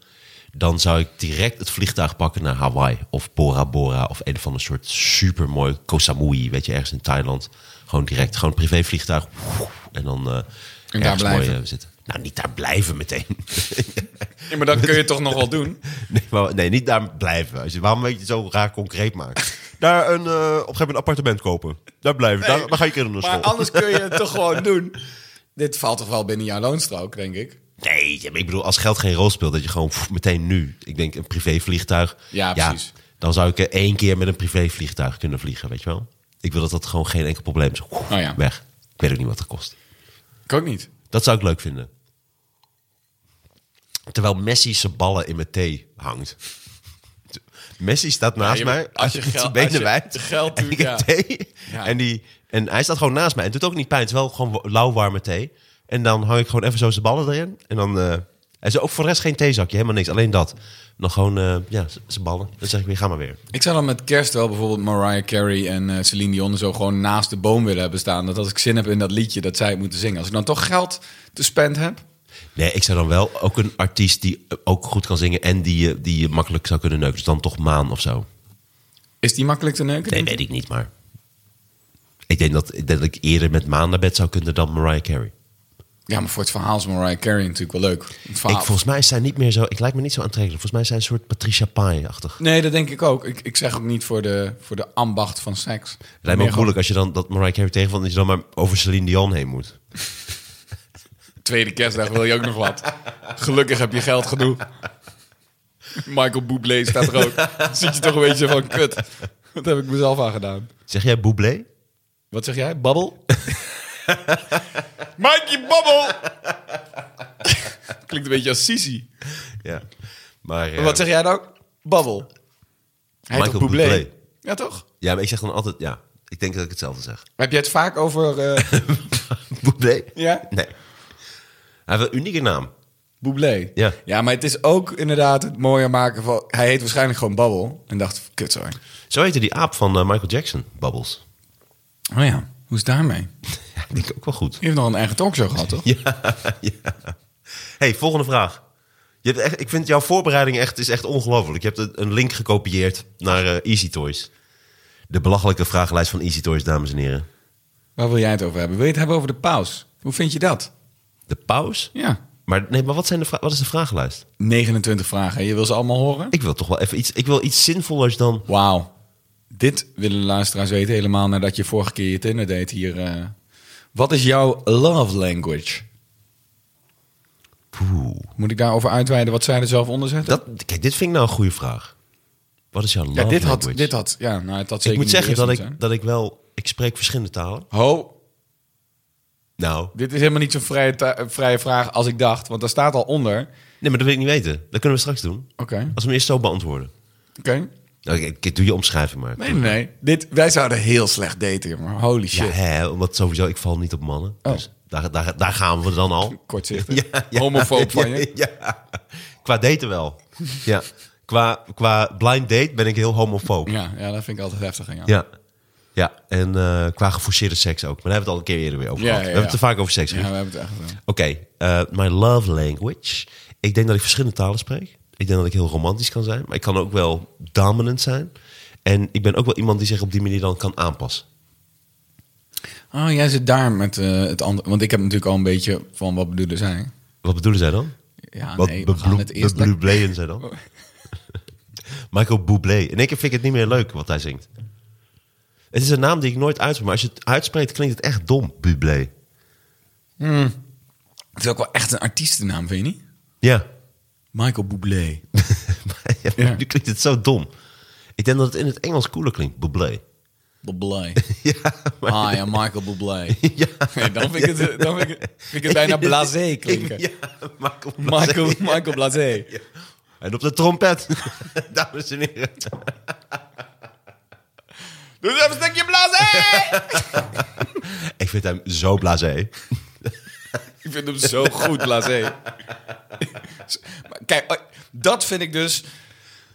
dan zou ik direct het vliegtuig pakken naar Hawaii. Of Bora Bora. Of een van een soort supermooi Koh Samui. Weet je, ergens in Thailand. Gewoon direct, gewoon een privévliegtuig. En dan eh
daar
ergens mooi,
blijven.
eh, zitten. Nou, niet daar blijven meteen.
Ja, maar dat kun je toch nog wel doen?
nee, maar- nee, niet daar blijven. Als je, waarom weet je het zo raar concreet maakt? Daar een, eh, op een gegeven moment een appartement kopen. Daar blijven. daar, daar ga je kinderen naar
Maar
school.
anders kun je het toch gewoon doen? Dit valt toch wel binnen jouw loonstrook, denk ik?
Nee, ja, maar ik bedoel, als geld geen rol speelt, dat je gewoon pff, meteen nu, ik denk een privévliegtuig.
Ja, precies.
Dan zou ik eh, één keer met een privévliegtuig kunnen vliegen, weet je wel? Ik wil dat dat gewoon geen enkel probleem is. Oef,
Oh ja.
Weg. Ik weet ook niet wat het kost.
Ik ook niet.
Dat zou ik leuk vinden. Terwijl Messi zijn ballen in mijn thee hangt. Messi staat naast
Ja, je-
mij, als je
geld-
zijn benen
als je
wijd.
geld
en
doet,
ik heb
ja.
thee.
Ja.
En, die, en hij staat gewoon naast mij. En het doet ook niet pijn. Het is wel gewoon lauwwarme thee. En dan hang ik gewoon even zo zijn ballen erin. En dan... eh hij is ook voor de rest geen theezakje, helemaal niks. Alleen dat. Dan gewoon, eh, ja, z- zijn ballen. Dan zeg ik weer, ga maar weer.
Ik zou dan met kerst wel bijvoorbeeld Mariah Carey en eh, Celine Dion zo gewoon naast de boom willen hebben staan. Dat als ik zin heb in dat liedje, dat zij het moeten zingen. Als ik dan toch geld te spend heb.
Nee, ik zou dan wel ook een artiest die eh, ook goed kan zingen... en die, je- die je makkelijk zou kunnen neuken. Dus dan toch Maan of zo.
Is die makkelijk te neuken?
Nee, weet ik niet, maar... Ik denk dat, ik denk dat ik eerder met Maan naar bed zou kunnen dan Mariah Carey.
Ja, maar voor het verhaal is Mariah Carey natuurlijk wel leuk. Het verhaal-
Ik, volgens mij is zij niet meer zo... Ik lijk me niet zo aantrekkelijk. Volgens mij is zij een soort Patricia Pai-achtig.
Nee, dat denk ik ook. Ik, ik zeg ook niet voor de, voor de ambacht van seks.
Het lijkt me ook moeilijk als je dan dat Mariah Carey tegenvalt... en dat je dan maar over Celine Dion heen moet.
Tweede kerstdag wil je ook nog wat. Gelukkig heb je geld genoeg. Michael Bublé staat er ook. Dan zit je toch een beetje van, kut, wat heb ik mezelf aan gedaan?
Zeg jij Bublé?
Wat zeg jij? Babbel? Mikey Babbel! Klinkt een beetje als Sisi.
Ja. Maar, eh,
Wat zeg jij dan? Babbel. Hij heet
Michael
toch Bublé?
Bublé.
Ja, toch?
Ja, maar ik zeg dan altijd... Ja, ik denk dat ik hetzelfde zeg.
Heb jij het vaak over eh
Bublé?
Ja.
Nee. Hij heeft een unieke naam.
Bublé?
Ja.
ja, maar het is ook inderdaad het mooier maken van... Hij heet waarschijnlijk gewoon Babbel. En dacht, kut zo.
Zo heette die aap van eh, Michael Jackson, Bubbles.
Oh ja, hoe is daarmee?
Ja, ik denk ik ook wel goed.
Je hebt nog een eigen talkshow gehad, toch?
hey, volgende vraag. Je hebt echt, ik vind jouw voorbereiding echt, is echt ongelooflijk. Je hebt een- een link gekopieerd naar eh, Easy Toys. De belachelijke vragenlijst van Easy Toys, dames en heren.
Waar wil jij het over hebben? Wil je het hebben over de paus? Hoe vind je dat?
De paus?
Ja.
Maar, nee, maar wat, zijn de vra- wat is de vragenlijst?
29 vragen. Je wil ze allemaal horen?
Ik wil toch wel even iets, ik wil iets zinvollers dan...
Wauw. Dit willen de luisteraars weten helemaal nadat je vorige keer je Tinder deed hier. eh. Wat is jouw love language?
Oeh,
Moet ik daarover uitweiden wat zij er zelf onder zetten?
dat, kijk, dit vind ik nou een goede vraag. Wat is jouw love
ja, dit had,
language?
dit had, ja, nou, het had zeker
ik moet
niet de
zeggen dat
eerste
ik,
moeten
dat ik wel... Ik spreek verschillende talen.
zijn. Ho,
Nou,
dit is helemaal niet zo'n vrije, ta- eh, vrije vraag als ik dacht, want daar staat al onder. Oké,
nee, maar dat wil ik niet weten. Dat kunnen we straks doen.
oké.
Als we hem eerst zo beantwoorden. Nou, ik, ik doe je omschrijving maar.
Nee, nee, nee. Dit, wij zouden heel slecht daten, maar holy
Ja,
shit.
hè, omdat sowieso, ik val niet op mannen.
Oh.
Dus daar, daar, daar gaan we dan al.
Kortzichtig. Homofoob van je.
Ja, ja. Qua daten wel. Ja. Qua, qua blind date ben ik heel homofoob. Ja.
Ja, ja, dat vind ik altijd heftig. aan jou.
Ja. En eh, qua geforceerde seks ook. Maar daar hebben we het al een keer eerder weer over
Ja,
gehad.
ja,
We
ja.
hebben het te vaak over seks
Ja,
gehad.
we hebben het echt. eh,
Oké, eh, my love language. Ik denk dat ik verschillende talen spreek. Ik denk dat ik heel romantisch kan zijn. Maar ik kan ook wel dominant zijn. En ik ben ook wel iemand die zich op die manier dan kan aanpassen.
Oh, jij zit daar met eh, het andere. Want ik heb natuurlijk al een beetje van wat bedoelen zij.
Wat bedoelen zij dan?
Ja,
Wat
nee, we gaan het eerst. lekker- Oh.
bebloebleën zij dan? Michael Bublé. In één keer vind ik het niet meer leuk wat hij zingt. Het is een naam die ik nooit uitspreek. Maar als je het uitspreekt, klinkt het echt dom. Bublé.
Het is ook wel echt een artiestennaam, vind je niet?
Ja.
Michael Bublé.
Maar ja, maar
Ja.
Nu klinkt het zo dom. Ik denk dat het in het Engels cooler klinkt. Bublé.
Bublé.
Ja, maar...
Hi, I'm Michael Bublé.
Ja.
Nee, dan vind ik het, eh, dan vind ik, het- vind ik het bijna blasé klinken.
Ja, Michael Bublé.
Michael, Michael Blasé.
En op de trompet. Dames en heren.
Doe even een stukje blasé!
Ik vind hem zo blasé.
Ik vind hem zo goed, blasé. Maar Kijk, oh, dat vind ik dus...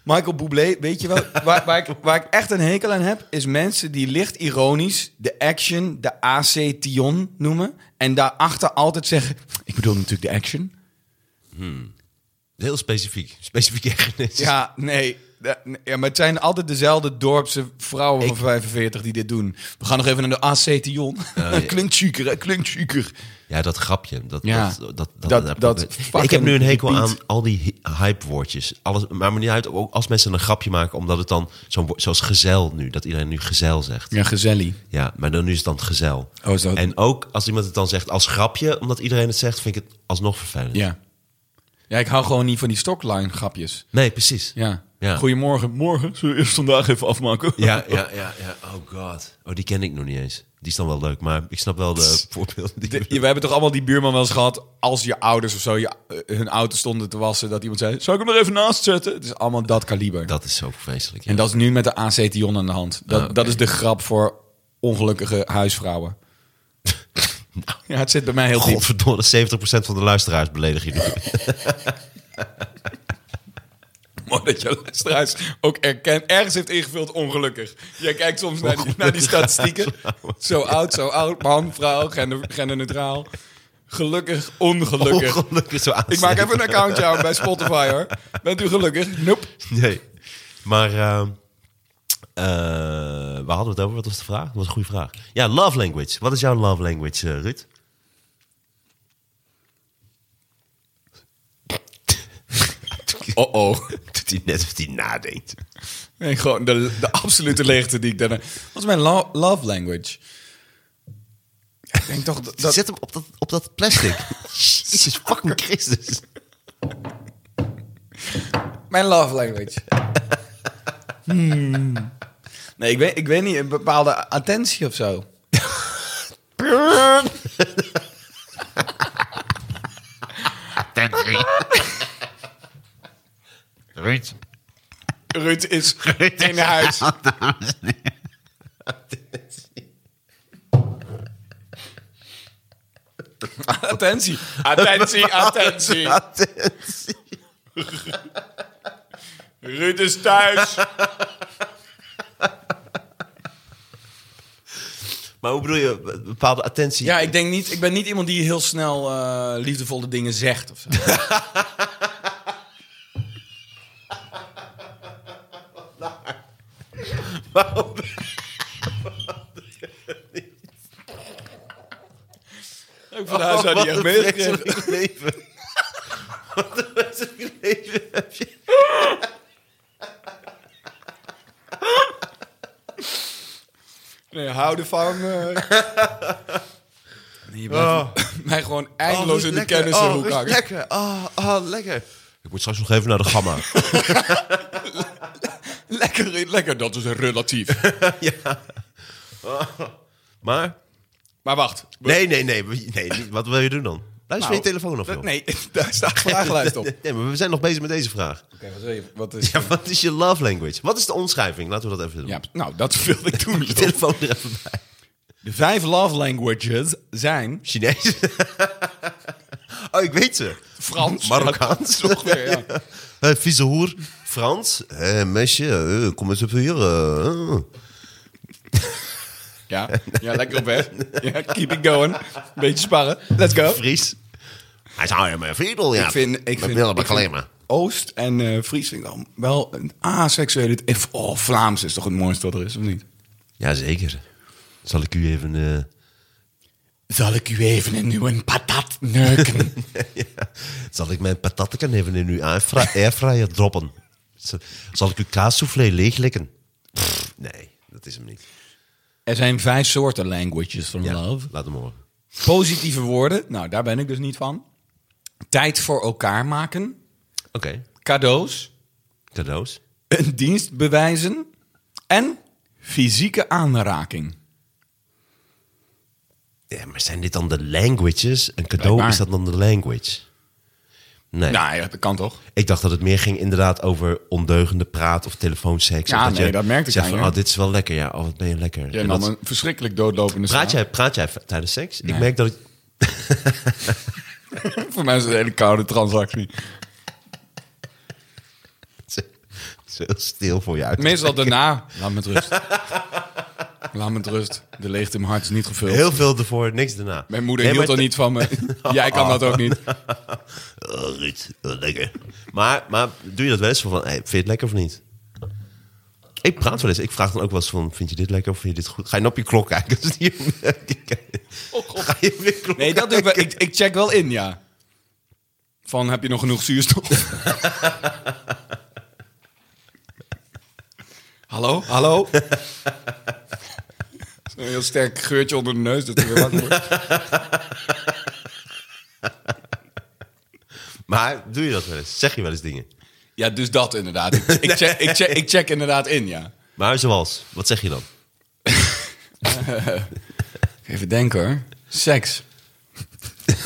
Michael Bublé, weet je wel, waar, waar, ik, waar ik echt een hekel aan heb... is mensen die licht ironisch de action, de AC-tion noemen... en daarachter altijd zeggen... ik bedoel natuurlijk de action.
Heel specifiek. Specifiek ergernis.
Ja, nee. da- nee, Ja, maar het zijn altijd dezelfde dorpse vrouwen van
Ik-
45 die dit doen. We gaan nog even naar de AC-tion.
ja.
klinkt chiquer, hè? klinkt chiquer.
Ja, dat grapje. Dat,
Ja.
dat, dat,
Dat-
heb ik
dat
ook.
fucking
ik heb nu een hekel
repeat.
aan al die hy- hype-woordjes. Alles, maar me niet uit, ook als mensen een grapje maken, omdat het dan zo'n woord- zoals gezel nu, dat iedereen nu gezel zegt. Ja,
Ja, gezellig.
maar dan nu is het dan het gezel.
Oh, is dat-
En ook als iemand het dan zegt als grapje, omdat iedereen het zegt, vind ik het alsnog vervelend.
Ja. Ja, ik hou gewoon niet van die stockline grapjes.
Nee, precies.
Ja.
Ja.
Goedemorgen. Morgen. Zullen we eerst vandaag even afmaken?
Ja, ja, ja, ja. Oh god. Oh, die ken ik nog niet eens. Die is dan wel leuk, maar ik snap wel de voorbeelden. Die
De- we hebben toch allemaal die buurman wel eens gehad. Als je ouders of zo je, eh, hun auto stonden te wassen. Dat iemand zei, zou ik hem er even naast zetten? Het is allemaal dat Oh, kaliber.
Dat is zo vreselijk. ja.
En dat is nu met de acetion aan de hand. Dat,
Ah, oké.
dat is de grap voor ongelukkige huisvrouwen. ja, het zit bij mij heel diep.
Godverdomme, 70% van de luisteraars beledig je nu.
Mooi dat je luisteraars ook erkent. Ergens heeft ingevuld ongelukkig. Jij kijkt soms naar die, naar die statistieken. Zo oud, zo oud. Man, vrouw, gender, genderneutraal. Gelukkig, ongelukkig.
Ongelukkig zo
Ik maak even
aanzetten.
een accountje aan bij Spotify hoor. Bent u gelukkig? Nope.
Nee. Maar ehm, eh, waar hadden we het over? Wat was de vraag? Dat was een goede vraag. Ja, love language. Wat is jouw love language, eh, Ruud?
Oh-oh.
Doet hij net of hij nadenkt.
Nee, gewoon de, de absolute leegte die ik daarna... Wat is mijn lo- love language? Ik denk toch dat... dat-
Zet hem op dat, op dat plastic. Jezus fucking Christus.
Mijn love language. Hmm. Nee, ik weet, ik weet niet. Een bepaalde attentie of zo.
Attentie. Ruud.
Ruud is in huis. Attentie. Attentie, attentie. Ruud is thuis.
Maar hoe bedoel je? Be- Bepaalde attentie.
Ja, ik denk niet. Ik ben niet iemand die heel snel eh, liefdevolle dingen zegt of zo. Ik van de huis
Oh,
uit
wat
niet echt
een
meegekregen.
vreselijk leven. Wat een vreselijk leven heb je.
Nee, houden van. eh. Nee, je blijft mij gewoon Oh, eindeloos in de kennis
oh,
hoek
rust
hangen.
lekker. Oh, oh, lekker. Ik moet straks nog even naar de gamma.
Lekker, lekker, dat is relatief.
Maar?
maar wacht.
Nee, nee, nee. we- nee niet- wat wil je doen dan? Luister
Nou,
je telefoon of
dat-
joh?
Nee, daar staat vragenlijst op. Oké,
Nee, maar we zijn nog bezig met deze vraag.
wat wil je? Wat is...
Ja, wat is je love language? Wat is de omschrijving? Laten we dat even doen.
Ja, nou, dat wilde ik doen.
Je telefoon er even bij.
De vijf love languages zijn...
Chinees. oh, ik weet ze.
Frans.
Marokkaans.
Toch weer, ja.
Eh, vieze hoer. Frans. Eh, meisje, eh, kom eens even hier. eh.
Ja, ja lekker op weg. Ja, keep it going. Beetje sparren. Let's go.
Fries. Hij zou je mijn vriendel, ja.
Oh. Ik vind, ik
Met
vind,
Willem
ik vind
Klema.
Oost en eh, Fries vind ik dan wel een aseksuele... Oh, Vlaams is toch het mooiste wat er is, of niet?
Jazeker. Zal ik u even... eh,
Zal ik u even een nieuwe patat neuken?
Zal ik mijn patatken even in uw airfry- airfryer droppen? Z- Zal ik uw kaassoufflé leeglikken? Pff, nee, dat is hem niet.
er zijn vijf soorten languages van love.
Laat hem horen.
Positieve woorden. Nou, daar ben ik dus niet van. Tijd voor elkaar maken.
Oké,
Cadeaus.
cadeaus.
Een dienst bewijzen. En fysieke aanraking.
Ja, maar zijn dit dan de languages? Een cadeau,
Blijkbaar.
is dat dan de language? Nee.
Nou ja, dat kan toch?
Ik dacht dat het meer ging inderdaad over ondeugende praat of telefoonseks.
Ja,
Of
nee, dat merkte ik
zegt
aan
van,
je.
oh, dit is wel lekker. Ja, oh, wat ben je lekker.
Je
En
nam
dat-
een verschrikkelijk doodlopende
praat,
straat.
jij, praat jij tijdens seks?
Nee.
Ik merk dat ik
Voor mij is het een hele koude transactie.
Het is heel stil voor je uit.
Meestal daarna. Laat me met rust. Laat me met rust. De leegte in mijn hart is niet gevuld.
Heel veel ervoor, niks daarna.
Mijn moeder
Nee,
hield
maar
er niet van me. Jij kan dat ook niet.
Oh, Ruud, wat lekker. Maar, maar doe je dat wel eens van, hey, vind je het lekker of niet? Ik praat wel eens. Ik vraag dan ook wel eens van, vind je dit lekker of vind je dit goed? Ga je dan op je klok kijken? Als die-
Oh,
Ga je weer klok
Nee, dat doe ik, wel. ik. Ik check wel in, ja. Van heb je nog genoeg zuurstof? hallo, hallo. Zo'n heel sterk geurtje onder de neus dat er weer wakker wordt.
Maar doe je dat wel eens? Zeg je wel eens dingen?
Ja, dus dat inderdaad. Ik, ik, check, ik, check, ik check inderdaad in, ja.
Maar zoals, wat zeg je dan?
Even denken hoor. Seks.
Vind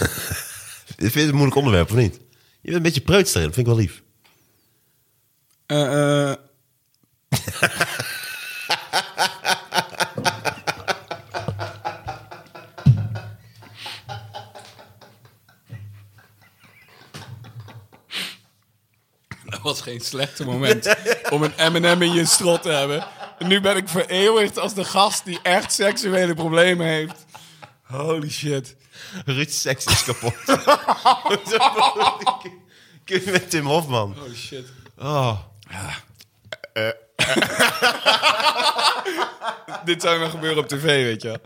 je het een moeilijk onderwerp of niet? Je bent een beetje preuts daarin, dat vind ik wel lief.
Eh, eh. Dat was geen slechte moment om een M&M in je strot te hebben. En nu ben ik vereeuwigd als de gast die echt seksuele problemen heeft. Holy shit.
Ruud, seks is kapot. Kun je met Tim Hofman?
Holy shit. Ah.
Oh.
Dit zou nog gebeuren op tv, weet je wel.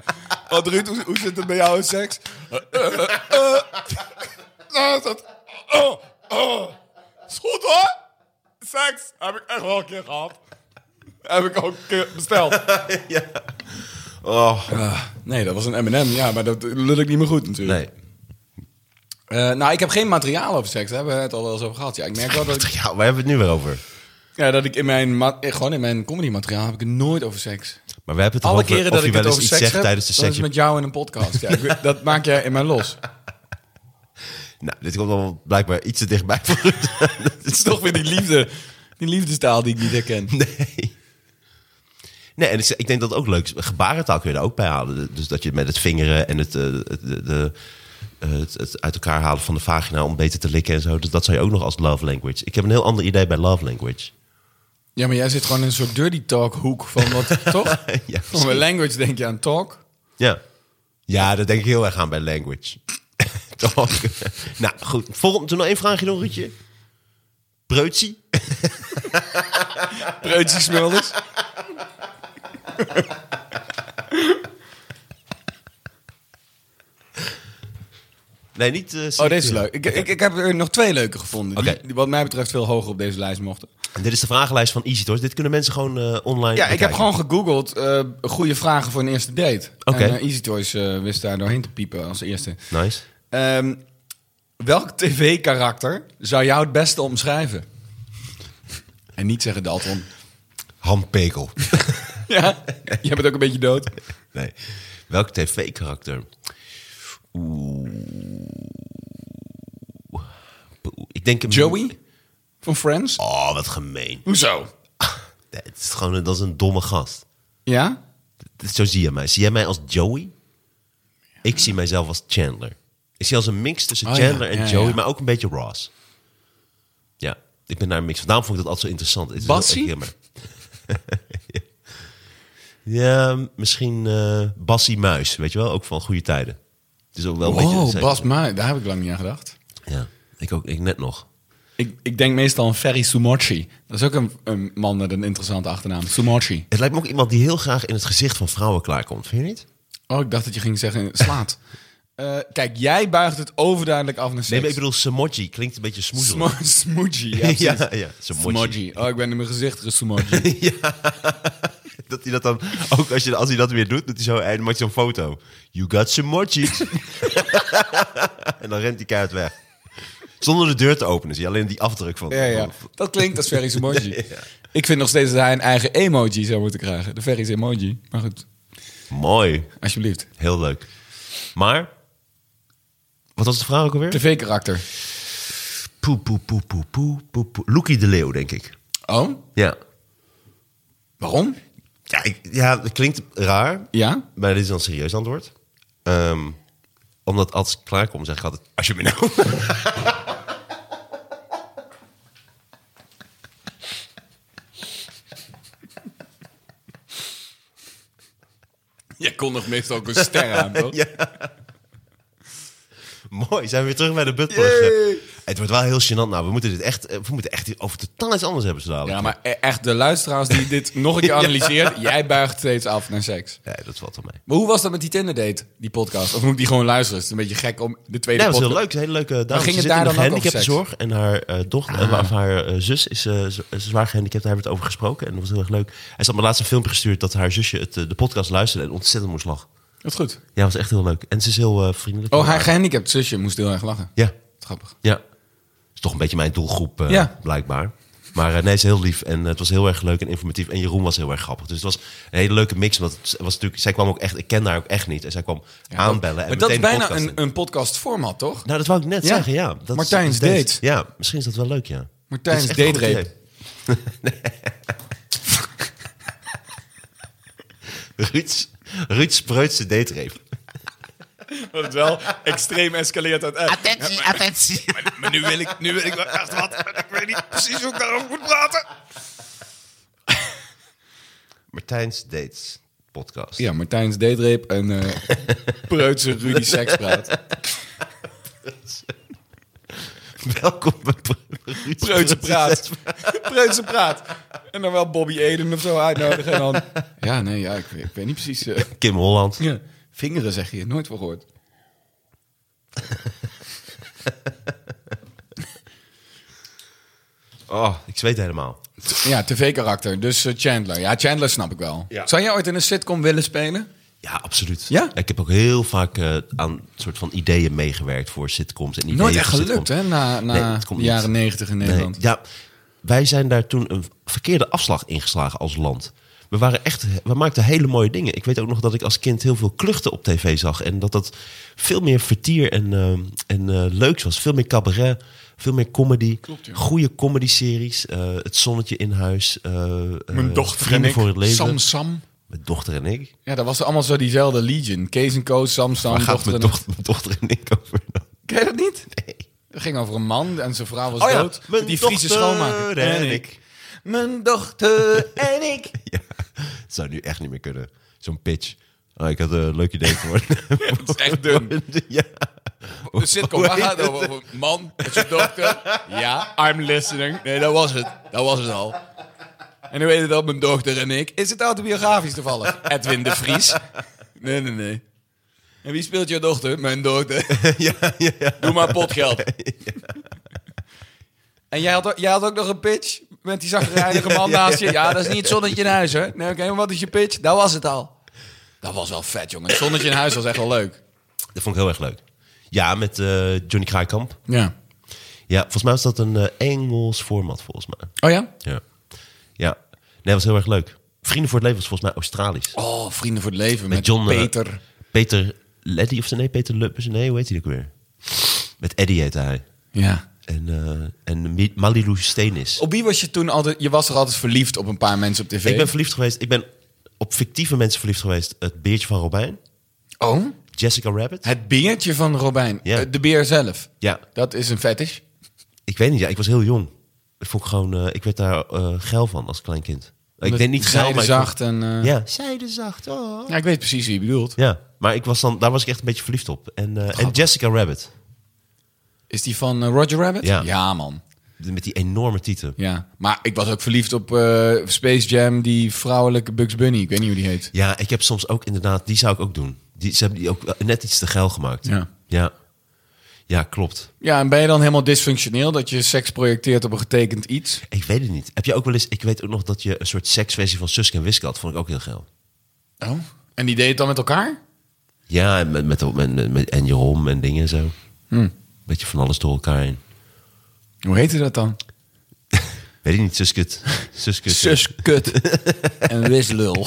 Want Ruud, hoe, hoe zit het bij jou in seks? Eh, eh, eh, eh. Nou, is dat... Oh, oh. Is goed hoor. Seks heb ik echt wel een keer gehad. Heb ik ook een keer besteld. Eh,
Oh.
Nee, dat was een M&M, ja, maar dat lul ik niet meer goed natuurlijk.
Nee.
Eh, nou, ik heb geen materiaal over seks, daar hebben we het al wel eens over gehad. Ja, ik merk wel dat ik,
Ja, waar hebben we het nu weer over?
ja, dat ik in mijn, ma- eh, gewoon in mijn comedy materiaal heb ik het nooit over seks.
Maar we hebben het
Alle
erover
keren
of
dat
je
ik
wel
het
eens
over
iets
seks
zegt
heb,
tijdens de
dat is
setje.
met jou in een podcast. Ja, ik weet- dat maak jij in mij los.
Nou, dit komt al blijkbaar iets te dichtbij voor Ruud. Dat
Het is toch weer die liefde. Die liefdestaal die ik niet herken.
Nee. Nee, en ik, ik denk dat het ook leuk is. Gebarentaal kun je er ook bij halen. Dus dat je met het vingeren en het, eh, het, de- de- eh, het, het uit elkaar halen van de vagina om beter te likken en zo. Dus dat zou je ook nog als love language. Ik heb een heel ander idee bij love language.
Ja, maar jij zit gewoon in een soort dirty talk hoek van wat, toch?
Ja,
Van mijn language denk je aan talk.
Ja. Ja, daar denk ik heel erg aan bij language. Toch? nou, goed. Volgende, toen nog één vraagje nog, Ruudje. Preutsie?
Preutjes Smulders.
Nee, niet... eh,
Oh, deze is
selecteren.
leuk. Ik, ik, ik heb er nog twee leuke gevonden. Die-
Oké.
Die, wat mij betreft veel hoger op deze lijst mochten.
Dit is de vragenlijst van Easy Toys. Dit kunnen mensen gewoon eh, online
Ja, ik heb
bekijken.
gewoon gegoogeld eh, goede vragen voor een eerste date.
Oké.
En eh, Easy Toys eh, wist daar doorheen te piepen als eerste.
Nice.
Ehm, welk tv-karakter zou jou het beste omschrijven? En niet zeggen Dalton.
Handpekel.
Ja, jij bent ook een beetje dood.
Nee. Welk tv-karakter? Oeh. Oeh, Ik denk een...
Joey van Friends.
Oh, wat gemeen.
Hoezo?
Nee, het is gewoon, een- dat is een domme gast.
Ja?
Dat- Zo zie je mij. Zie jij mij als Joey? Ik zie mijzelf als Chandler. Ik zie als een mix tussen
Oh, ja.
Chandler en
Ja,
Joey,
ja.
maar ook een beetje Ross. Ja, ik ben daar een mix van. Daarom vond ik dat altijd zo interessant. Het is
Bassie?
heel erg jammer. ja, misschien eh Bassie Muis, weet je wel? Ook van goede tijden. Het is ook wel een beetje...
Oh,
zeker.
Bas Maai, daar heb ik lang niet aan gedacht.
Ja, ik ook. Ik net nog.
Ik, ik denk meestal aan Ferry Sumochi. Dat is ook een, een man met een interessante achternaam. Sumochi.
Het lijkt me ook iemand die heel graag in het gezicht van vrouwen klaarkomt, vind je niet?
Oh, ik dacht dat je ging zeggen slaat. Eh, kijk, jij buigt het overduidelijk af naar seks.
Nee, maar ik bedoel, Samoji klinkt een beetje smoezelig.
Smo- Smoochie, ja,
Ja,
precies.
ja, ja. Samoji.
Smoochie. Oh, ik ben in mijn gezicht gesmoochie.
Dat hij dat dan, ook als, je, als hij dat weer doet, doet hij zo, en dan maakt hij zo'n foto. You got Samoji. en dan rent die kaart weg. Zonder de deur te openen, zie je alleen die afdruk van.
Ja, ja. Oh, Dat klinkt als Ferry's emoji. Ik vind nog steeds dat hij een eigen emoji zou moeten krijgen. De Ferry's emoji. Maar goed,
Mooi,
alsjeblieft.
heel leuk. Maar, wat was de vraag ook alweer?
TV-karakter.
Poe, poe, poe, poe, poe, poe, poe. Loekie de Leeuw, denk ik.
Oh,
Ja.
waarom?
Ja, ik, ja, dat klinkt raar.
Ja?
Maar dit is dan een serieus antwoord. Ehm, Omdat als ik klaar kom, zeg ik altijd, als je me nou...
Jij kon nog meestal ook een ster aan, toch?
Ja. Mooi, zijn we weer terug bij de buttplug. Het wordt wel heel gênant. Nou, we moeten dit echt, eh, we moeten echt over totaal iets anders hebben zo dadelijk.
Ja, maar e- echt de luisteraars die dit nog een keer analyseert, jij buigt steeds af naar seks.
Nee, dat valt wel mee.
Maar hoe was dat met die Tinder date, die podcast? Of moet ik die gewoon luisteren? Het is een beetje gek om de tweede
Ja, dat was heel
podcast...
leuk. Een hele leuke dame.
ging
Ze
het
zit in
daar
de
dan ook over Ah.
gehandicaptenzorg. En haar, eh, doch, eh, of haar eh, zus is eh, z- zwaar gehandicapt. Daar hebben we het over gesproken. En dat was heel erg leuk. Hij had me laatst een filmpje gestuurd dat haar zusje het, eh, de podcast luisterde en ontzettend moest lachen.
Dat is goed.
Ja, was echt heel leuk. En ze is heel eh, vriendelijk.
Oh, haar gehandicapt zusje moest heel erg lachen.
Ja,
Grappig.
ja. Is toch een beetje mijn doelgroep, eh,
Ja.
blijkbaar. Maar eh, nee, ze is heel lief en eh, het was heel erg leuk en informatief. En Jeroen was heel erg grappig. Dus het was een hele leuke mix. Want het was natuurlijk, zij kwam ook echt, ik ken haar ook echt niet. En zij kwam aanbellen. En
maar dat is
meteen de
bijna
podcast
een,
in.
een podcast-format, toch?
Nou, dat wou ik net
Ja.
zeggen, ja. Dat
Martijn's
is, dat is-
date.
Ja, misschien is dat wel leuk, ja.
Martijn's
Dat is echt een goed
date-rape.
idee. Nee. Ruud's, Ruud Spreutse date-rape.
Dat het wel extreem escaleert uit.
Attentie, attentie.
Maar nu wil ik, nu wil ik wel echt wat. Ik weet niet precies hoe ik daarover moet praten.
Martijn's dates podcast.
Ja, Martijn's datereep en eh preutse Rudy sekspraat.
Welkom bij Pre- Ruud
Preutse
Spreutse
praat.
date-
Preutse praat. En dan wel Bobby Eden of zo uitnodigen. En dan, ja, nee, ja, ik, weet- ik weet niet precies. eh,
Kim Holland.
ja. Vingeren zeg je, nooit van gehoord.
Oh, ik zweet helemaal.
Ja, tv-karakter. Dus eh, Chandler. Ja, Chandler snap ik wel.
Ja.
Zou jij ooit in een sitcom willen spelen?
Ja, absoluut.
Ja?
Ik heb ook heel vaak eh, aan soort van ideeën meegewerkt voor sitcoms. En ideeën
Nooit echt
voor
gelukt,
sitcoms.
hè? Na,
Nee,
na
het komt
de
niet.
jaren negentig in
Nee,
Nederland.
ja, wij zijn daar toen een verkeerde afslag ingeslagen als land. We, waren echt, we maakten hele mooie dingen. Ik weet ook nog dat ik als kind heel veel kluchten op tv zag. En dat dat veel meer vertier en, ehm, en eh, leuks was. Veel meer cabaret, veel meer comedy. Goede comedy-series. eh, het zonnetje in huis. eh, eh,
Mijn dochter
Vrienden
en ik.
voor het leven.
Sam Sam.
Mijn dochter en ik.
Ja, dat was allemaal zo diezelfde Legion. Kees en Koos, Sam Sam.
Waar gaat
dochter
mijn
en-
doch- mijn dochter en ik over dan?
Ken je dat niet? Nee. Het ging over een man en zijn vrouw was
Oh ja,
dood.
mijn
die Friese
dochter
schoonmaker.
en ik.
Mijn dochter en ik.
Ja, het zou nu echt niet meer kunnen. Zo'n pitch. Oh, ik had een leuk idee voor.
Het is echt dun.
ja.
De sitcom, waar
Hoe
gaat het over? Over een Man, met zijn dochter. Ja, I'm listening. Nee, dat was het. Dat was het al. En hoe heet het dat, mijn dochter en ik? Is het autobiografisch toevallig? Edwin de Vries. Nee, nee, nee. En wie speelt je dochter? Mijn dochter.
ja, ja, ja.
Doe maar potgeld. En jij had, ook- jij had ook nog een pitch met die zagrijnige man naast je. Ja, dat is niet het zonnetje in huis, hè? Nee, oké, maar wat is je pitch? Dat was het al. Dat was wel vet, jongen. Het zonnetje in huis was echt wel leuk.
Dat vond ik heel erg leuk. Ja, met eh, Johnny Kraaikamp.
Ja.
Ja, volgens mij was dat een eh, Engels format, volgens mij.
Oh ja?
Ja. Ja. Nee, dat was heel erg leuk. Vrienden voor het Leven was volgens mij Australisch.
Oh, Vrienden voor het Leven met,
met John... eh,
Peter.
Peter Leddy of ze nee, Peter Lubbers. Nee, hoe heet hij ook weer? Met Eddie heette hij.
ja.
En, eh en Mi- Malilou Steenis.
Op wie was je toen altijd... Je was er altijd verliefd op een paar mensen op tv.
Ik ben verliefd geweest. Ik ben op fictieve mensen verliefd geweest. Het beertje van Robijn.
Oh?
Jessica Rabbit.
Het beertje van Robijn.
Ja.
Eh, De beer zelf.
Ja.
Dat is een fetish.
Ik weet niet. Ja, ik was heel jong. Ik, vond ik gewoon, eh, ik werd daar eh, geil van als klein kind. ik
Met
denk niet geil, maar ik
zijdezacht
vond-
en... eh,
Ja. Zijdezacht. Oh.
ja, ik weet precies wie je bedoelt.
Ja. Maar ik was dan, daar was ik echt een beetje verliefd op. En, eh, en Jessica Rabbit.
Is die van eh, Roger Rabbit?
Ja.
man.
Met die enorme tieten.
Ja. Maar ik was ook verliefd op eh, Space Jam, die vrouwelijke Bugs Bunny. Ik weet niet hoe die heet.
Ja, ik heb soms ook inderdaad... Die zou ik ook doen. Die, ze hebben die ook eh, net iets te geil gemaakt.
Ja.
Ja, ja klopt.
Ja, en ben je dan helemaal dysfunctioneel dat je seks projecteert op een getekend iets?
Ik weet het niet. Heb je ook wel eens... Ik weet ook nog dat je een soort seksversie van Suske en Wiske had. Vond ik ook heel geil.
Oh. En die deed het dan met elkaar?
Ja, en met, met, met, met- en Jeroen en dingen en zo. Beetje van alles door elkaar heen.
Hoe heette dat dan?
Weet ik niet, Suskut. Suskut.
Sus kut en wislul.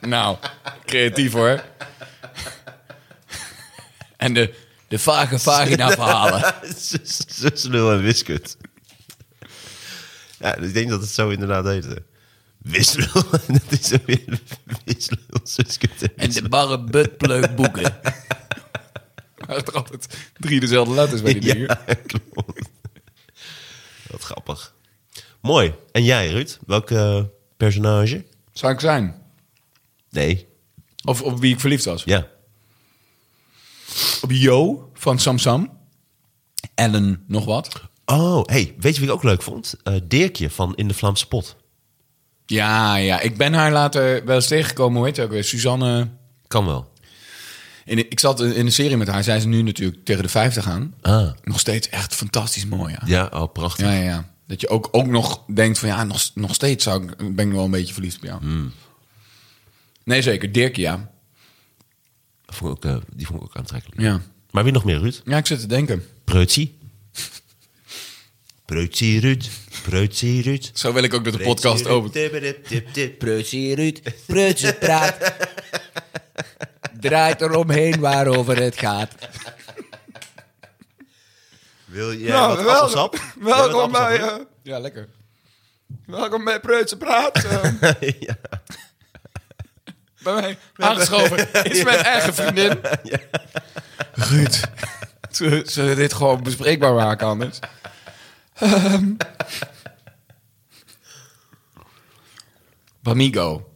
nou, creatief hoor. en de, de vage vagina verhalen.
Sus- Suslul en Wiskut. Ja, dus ik denk dat het zo inderdaad heette. Wislul. dat is zo weer Wislul, Suskut en
En de barre buttpleuk boeken. waren er altijd drie dezelfde letters bij die dingen.
Ja, klopt. Wat grappig. Mooi. En jij, Ruud? Welk eh, personage?
Zou ik zijn?
Nee.
Of op wie ik verliefd was?
Ja.
Op Jo van Samsam. Ellen nog wat.
Oh, hey, weet je wat ik ook leuk vond? Eh, Dirkje van In de Vlaamse Pot.
Ja, ja. Ik ben haar later wel eens tegengekomen. Hoe heet ze ook weer? Suzanne...
Kan wel.
In, ik zat in een serie met haar. Zij is nu natuurlijk tegen de 50 aan.
Ah.
Nog steeds echt fantastisch mooi. Ja,
Ja, oh, prachtig.
ja, ja. ja. Dat je ook, ook nog denkt van ja, nog, nog steeds zou ik, ben ik wel een beetje verliefd op jou.
Hmm.
Nee, zeker. Dirk, ja.
Dat Vond ik ook, eh, die vond ik ook aantrekkelijk.
ja.
Maar wie nog meer, Ruud?
Ja, ik zit te denken.
Preutsie. Preutsie, Ruud. Preutsie, Ruud.
Zo wil ik ook dat de podcast opent.
Preutsie Ruud, preutse praat. Draait eromheen waarover het gaat.
Wil jij nou, wat appelsap? Jij wat appelsap, Ruud?
Ja, lekker. eh, Welkom bij Preutse Praat. eh.
ja.
bij mij aangeschoven is mijn eigen vriendin. Ruud, zullen zullen we dit gewoon bespreekbaar maken anders? Ehm. Bamigo.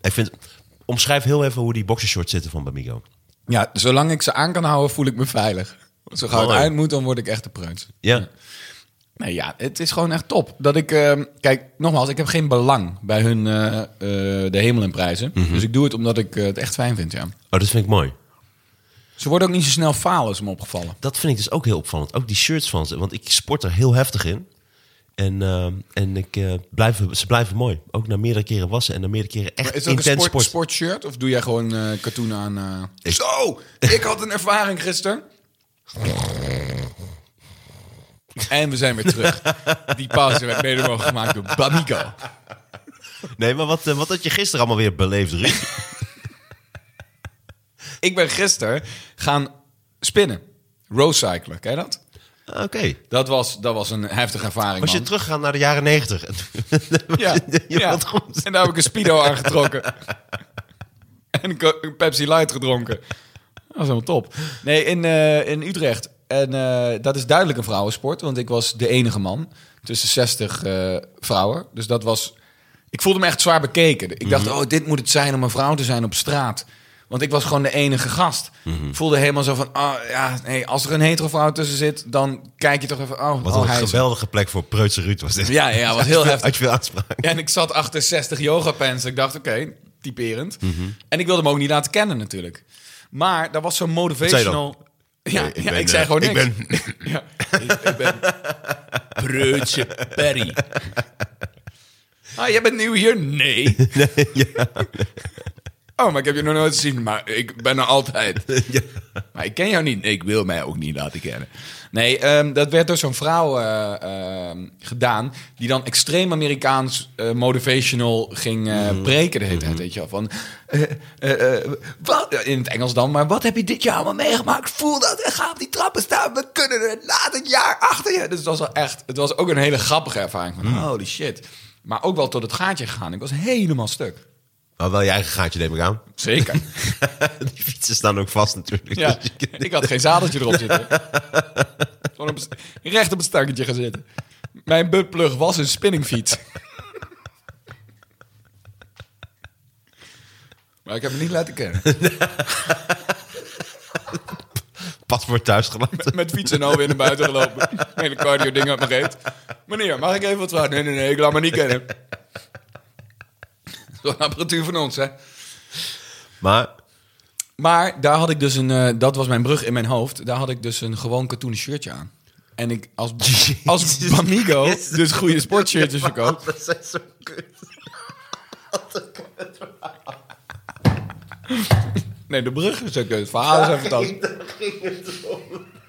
Ik vind... Omschrijf heel even hoe die boxershorts zitten van Bamigo.
Ja, zolang ik ze aan kan houden, voel ik me veilig. Zo gauw het
Mooi.
uit moet, dan word ik echt de preuts.
Ja.
Nee, ja, het is gewoon echt top. Dat ik, ehm, kijk, nogmaals, ik heb geen belang bij hun eh, eh, de hemel en prijzen. Dus ik doe het omdat ik eh, het echt fijn vind, ja.
Oh, dat vind ik mooi.
Ze worden ook niet zo snel falen, is me opgevallen.
Dat vind ik dus ook heel opvallend. Ook die shirts van ze. Want ik sport er heel heftig in. En, ehm, en ik, eh, blijven, ze blijven mooi. Ook na meerdere keren wassen en na meerdere keren echt
Maar is dat
intens
een
sport.
sport, sportshirt of doe jij gewoon eh katoen aan? eh, Zo, ik had een ervaring gisteren. En we zijn weer terug. Die pauze werd mede mogelijk gemaakt door Bamigo.
Nee, maar wat, eh, wat had je gisteren allemaal weer beleefd, Ruud?
Ik ben gisteren gaan spinnen. Roadcyclen, ken je dat?
Ah, Oké.
Dat was, dat was een heftige ervaring,
Was je
man.
teruggaan naar de jaren negentig?
Ja,
Je
ja.
bent goed.
En daar heb ik een Speedo aangetrokken. en een ko- een Pepsi Light gedronken. Dat was helemaal top. Nee, in, eh, in Utrecht. En eh, dat is duidelijk een vrouwensport, want ik was de enige man tussen 60 eh, vrouwen. Dus dat was. Ik voelde me echt zwaar bekeken. Ik
Mhm.
dacht, oh, dit moet het zijn om een vrouw te zijn op straat. Want ik was gewoon de enige gast.
Mhm.
Ik voelde helemaal zo van, ah ja, nee, als er een hetero vrouw tussen zit, dan kijk je toch even, oh,
Wat
oh,
een
hij is-
geweldige plek voor Preutse Ruud was dit.
Ja, ja, was heel heftig.
Had je veel aanspraak.
Ja, en ik zat achter 60 yoga pants. Ik dacht, oké, typerend.
Mhm.
En ik wilde hem ook niet laten kennen natuurlijk. Maar daar was zo'n motivational... Ja,
Nee, ik
ik,
ben,
ik zei
eh,
gewoon
ik
niks.
ben-
ja, ik, ik ben Preutse Perry. Ah, jij bent nieuw hier? Nee. Oh, maar ik heb je nog nooit gezien. Maar ik ben er altijd. Maar ik ken jou niet. Nee, ik wil mij ook niet laten kennen. Nee, ehm, dat werd door zo'n vrouw eh, ehm, gedaan. Die dan extreem Amerikaans eh, motivational ging eh preken de hele tijd. Weet je wel. Van, eh, eh, eh, wat, in het Engels dan. Maar wat heb je dit jaar allemaal meegemaakt? Voel dat en ga op die trappen staan. We kunnen er laat het jaar achter je. Dus het was wel echt... Het was ook een hele grappige ervaring. Van, Holy shit. Maar ook wel tot het gaatje gegaan. Ik was helemaal stuk.
Maar wel je eigen gaatje neem ik aan.
Zeker.
Die fietsen staan ook vast natuurlijk.
Ja,
Dus je-
ik had geen zadeltje erop zitten. Gewoon op, een st- recht op het stanketje gaan zitten. Mijn buttplug was een spinningfiets. Maar ik heb hem niet laten kennen.
Pas voor thuis gelaten.
Met fietsen nou weer naar buiten gelopen. Hele cardio ding uit mijn reet. Meneer, mag ik even wat vragen? Nee, nee, nee, ik laat me niet kennen. Zo'n apparatuur van ons, hè?
Maar
Maar daar had ik dus een, eh, dat was mijn brug in mijn hoofd. Daar had ik dus een gewoon katoenen shirtje aan. En ik als, als Bamigo dus goede sportshirtjes verkoop.
Dat zijn zo kut.
Nee, de brug is ook het verhaal is even dat.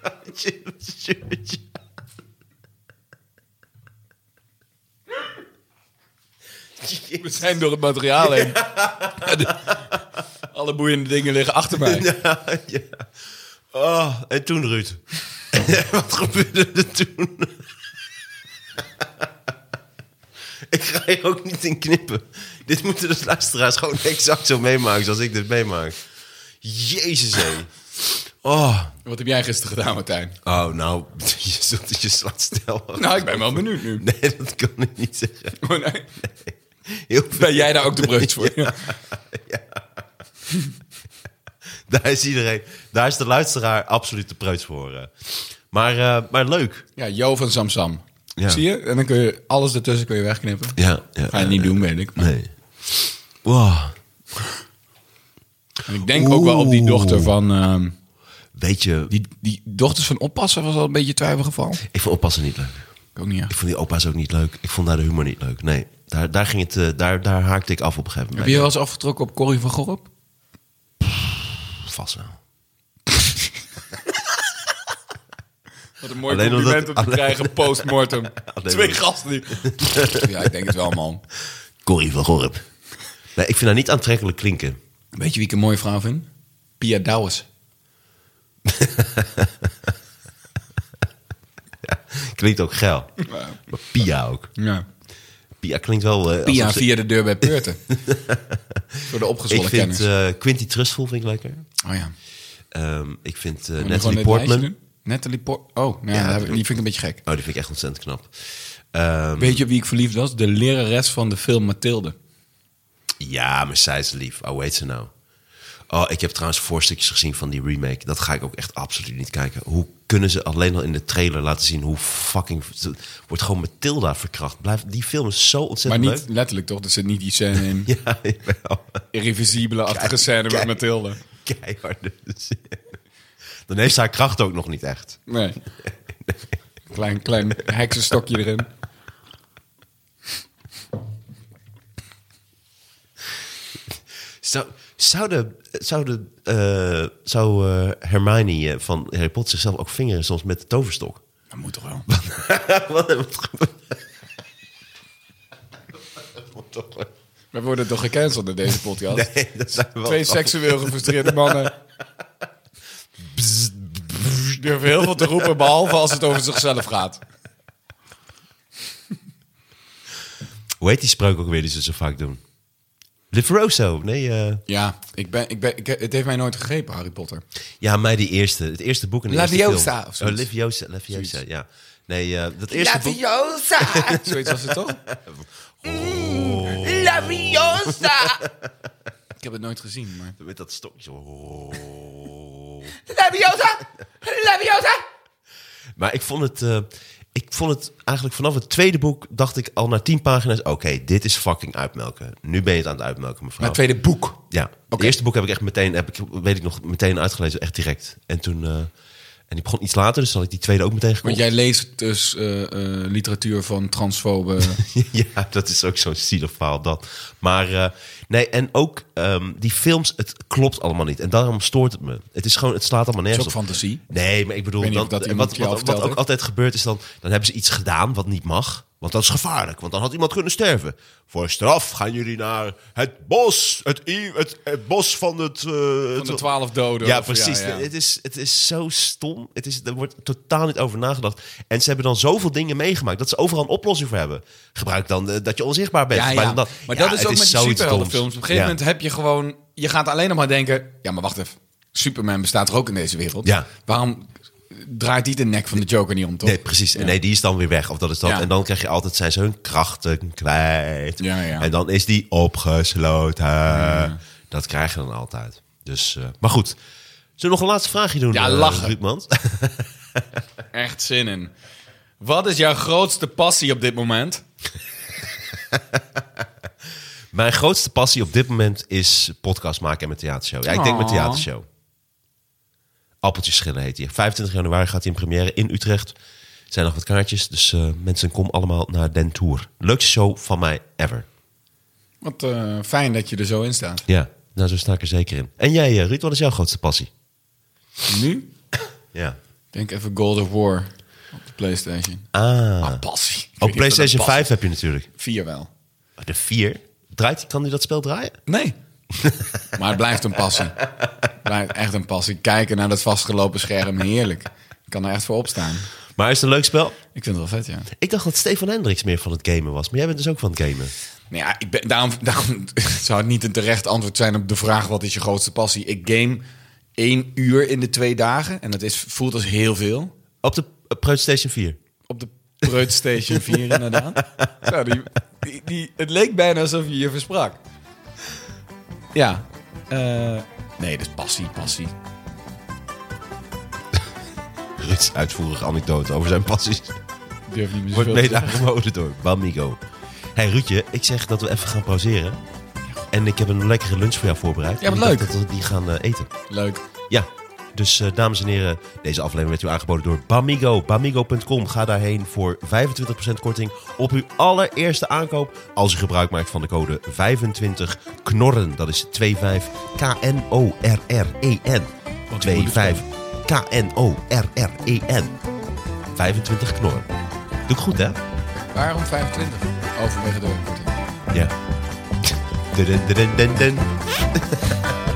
We zijn door het materiaal heen. Alle boeiende dingen liggen achter mij.
Ja, ja. Oh, en toen Ruud. Wat gebeurde er toen? ik ga hier ook niet in knippen. dus Dit moeten de luisteraars gewoon exact zo meemaken zoals ik dit meemaak. Jezus, hé. Oh,
Wat heb jij gisteren gedaan, Martijn?
oh nou, je zult je slaat stel.
Nou, ik ben wel benieuwd nu.
Nee, dat kan ik niet zeggen.
Oh, nee.
Heel veel-
Ben jij daar ook de breuts voor?
Daar is iedereen, daar is de luisteraar absoluut de preuts voor. eh. Maar, eh, maar leuk.
Ja, Jo van Samsam.
Ja.
Zie je? En dan kun je alles ertussen kun je wegknippen.
Ja, ja.
Ga je niet doen, weet ik.
Nee. Wow.
En ik denk ook wel op die dochter van... ehm,
Weet je,
die, die dochters van oppassen was al een beetje twijfelgeval.
ik vond oppassen niet leuk.
Ik ook niet
Ik
echt.
vond die opa's ook niet leuk. Ik vond daar de humor niet leuk. Nee, daar, daar, ging het, eh, daar, daar haakte ik af op een gegeven
Heb
moment.
je wel eens afgetrokken op Corrie van Gorp?
Vast wel.
Wat een mooi
Alleen omdat-
compliment om te
alleen-
krijgen post-mortem. Twee
omdat-
gasten die... ja, ik denk het wel, man.
Corrie van Gorp. Nee, ik vind haar niet aantrekkelijk klinken.
Weet je wie ik een mooie vrouw vind? Pia Douwes.
Klinkt ook geil. Maar Pia ook.
Ja.
Pia klinkt wel... eh,
Pia
alsof ze-
via de deur bij Peurten. Voor de
Ik
opgezwollen kennis.
vind eh Quinty Trustful vind ik lekker.
oh ja.
Ehm, ik vind
Moet je
eh,
gewoon
Natalie
dit
Portman.
lijstje doen? Natalie Portman. Oh, nee,
Ja,
dat heb ik-
doe-
die vind ik een beetje gek.
Oh, die vind ik echt ontzettend knap. Ehm,
Weet je op wie ik verliefd was? De lerares van de film Mathilde.
ja, maar zij is lief. Oh, hoe heet ze nou? Oh, ik heb trouwens voorstukjes gezien van die remake. Dat ga ik ook echt absoluut niet kijken. Hoe kunnen ze alleen al in de trailer laten zien hoe fucking... ze Wordt gewoon Matilda verkracht. Blijf, die film is zo
Maar
ontzettend
niet letterlijk, toch? Er zit niet die scène in.
leuk. Ja, jawel.
Irreversibele-achtige scène met
kijk.
Mathilde.
Keiharde zin. Dan heeft ze haar kracht ook nog niet echt.
Nee. Klein, klein heksenstokje erin.
Zou, zou, de, zou, de, eh, zou eh, Hermione eh, van Harry Potter zichzelf ook vingeren soms met de toverstok?
Dat moet toch wel.
Wat een- wat-
We worden toch gecanceld in deze podcast?
nee, dat zijn wel
Twee seksueel gefrustreerde mannen. Durven heel veel te roepen, behalve als het over zichzelf gaat.
Hoe heet die spreuk ook weer die ze zo vaak doen? Liveroso, nee. eh,
Ja, ik ben, ik ben, ik, het heeft mij nooit gegrepen, Harry Potter.
ja, mij die eerste. Het eerste boek en de eerste
Laviosa
film.
of zoiets.
Oh, Leviosa, Leviosa, ja. Nee, eh, dat eerste boek.
Zoiets was het toch?
Laviosa!
Ik heb het nooit gezien, maar...
Met dat stokje. zo. Oh.
Laviosa! Laviosa!
Maar ik vond het... eh, ik vond het eigenlijk vanaf het tweede boek dacht ik al na tien pagina's... Oké, dit is fucking uitmelken. Nu ben je het aan het uitmelken, mevrouw.
Maar het tweede boek.
Ja, het eerste boek heb ik echt meteen, heb ik, weet ik nog, meteen uitgelezen, echt direct. En toen, eh, en die begon iets later, dus had ik die tweede ook meteen
Want
gekocht.
jij leest dus eh, eh, literatuur van transfobe...
ja, dat is ook zo'n zielig verhaal dat. Maar eh, nee, en ook ehm, die films, het klopt allemaal niet. En daarom stoort het me. Het is gewoon, het slaat allemaal nergens
ook
op.
fantasie.
Nee, maar ik bedoel,
Ik weet niet of
dan,
dat
en
iemand
wat,
je al
wat, wat
vertelde.
ook altijd gebeurt is dan, dan hebben ze iets gedaan wat niet mag. Want dat is gevaarlijk, want dan had iemand kunnen sterven. Voor straf gaan jullie naar het bos, het, i- het, het bos van het... eh,
Van de
het-
twaalf doden.
Ja,
of-
precies.
ja.
Het, is, het is zo stom. Het is, er wordt totaal niet over nagedacht. En ze hebben dan zoveel dingen meegemaakt dat ze overal een oplossing voor hebben. Gebruik dan eh, dat je onzichtbaar bent.
Ja,
Gebruik
ja.
dan
Maar
Ja,
dat is
het
ook met die
zoiets
superheldenfilms. Op
stoms.
een gegeven moment heb je gewoon... Je gaat alleen nog maar denken... Ja, maar wacht even. Superman bestaat er ook in deze wereld.
Ja.
Waarom draait die de nek van de Joker niet om,
Ja.
toch?
Nee, precies. En nee, die is dan weer weg. Of dat is dat.
Ja.
En dan krijg je altijd, zijn ze hun krachten kwijt.
Ja, ja.
En dan is die opgesloten. Dat krijg je dan altijd. Dus, eh, maar goed. Zullen we nog een laatste vraagje doen?
Ja,
eh,
lachen.
Ruudmans?
Echt zin in. Wat is jouw grootste passie op dit moment?
Mijn grootste passie op dit moment is podcast maken en mijn theatershow. Ja, ik denk mijn theatershow. Appeltjes schillen heet die. 25 januari gaat hij in première in Utrecht. Er zijn nog wat kaartjes, dus eh, mensen kom allemaal naar Den Tour. Leukste show van mij ever.
Wat eh, fijn dat je er zo in staat.
Ja, nou zo sta ik er zeker in. En jij, eh, Ruud, wat is jouw grootste passie?
Nu?
Ja.
Denk even God of War op de PlayStation.
Ah.
Ah, passie. Ik weet niet of
Ook
dat een
PlayStation
passie- Oh,
5 heb je natuurlijk.
Vier wel.
De 4. Draait, kan die dat spel draaien?
Nee. maar het blijft een passie. Het blijft echt een passie. Kijken naar dat vastgelopen scherm, heerlijk. Ik kan er echt voor opstaan.
Maar is het een leuk spel?
Ik vind het wel vet, ja.
Ik dacht dat Stefan Hendricks meer van het gamen was. Maar jij bent dus ook van het gamen.
Nou ja, ik ben, daarom, daarom zou het niet een terecht antwoord zijn op de vraag... wat is je grootste passie? Ik game één uur in de twee dagen. En dat is, voelt als heel veel.
Op de eh, Preutstation 4.
Op de Preutstation 4 inderdaad. Nou, die, die, die- het leek bijna alsof je je versprak. Ja. eh, nee, dat is passie, passie.
Ruud's uitvoerige anekdote over zijn passies.
Ik durf niet meer
Wordt
zoveel te
mede
zeggen.
aangeboden door Bamigo. Hé hey, Ruudje, ik zeg dat we even gaan pauzeren. En ik heb een lekkere lunch voor jou voorbereid.
Ja, wat
En ik dacht
leuk.
Dat we die gaan eh, eten.
Leuk.
Ja, dus eh, dames en heren, deze aflevering werd u aangeboden door Bamigo. Bamigo.com. Ga daarheen voor 25% korting op uw allereerste aankoop. Als u gebruik maakt van de code 25KNORREN. Dat is 25-K-N-O-R-R-E-N. 25-K-N-O-R-R-E-N. 25 E knorren. Doe ik goed, hè?
Waarom 25? Overwege de korting.
Ja. Dun, dun, dun, dun, dun.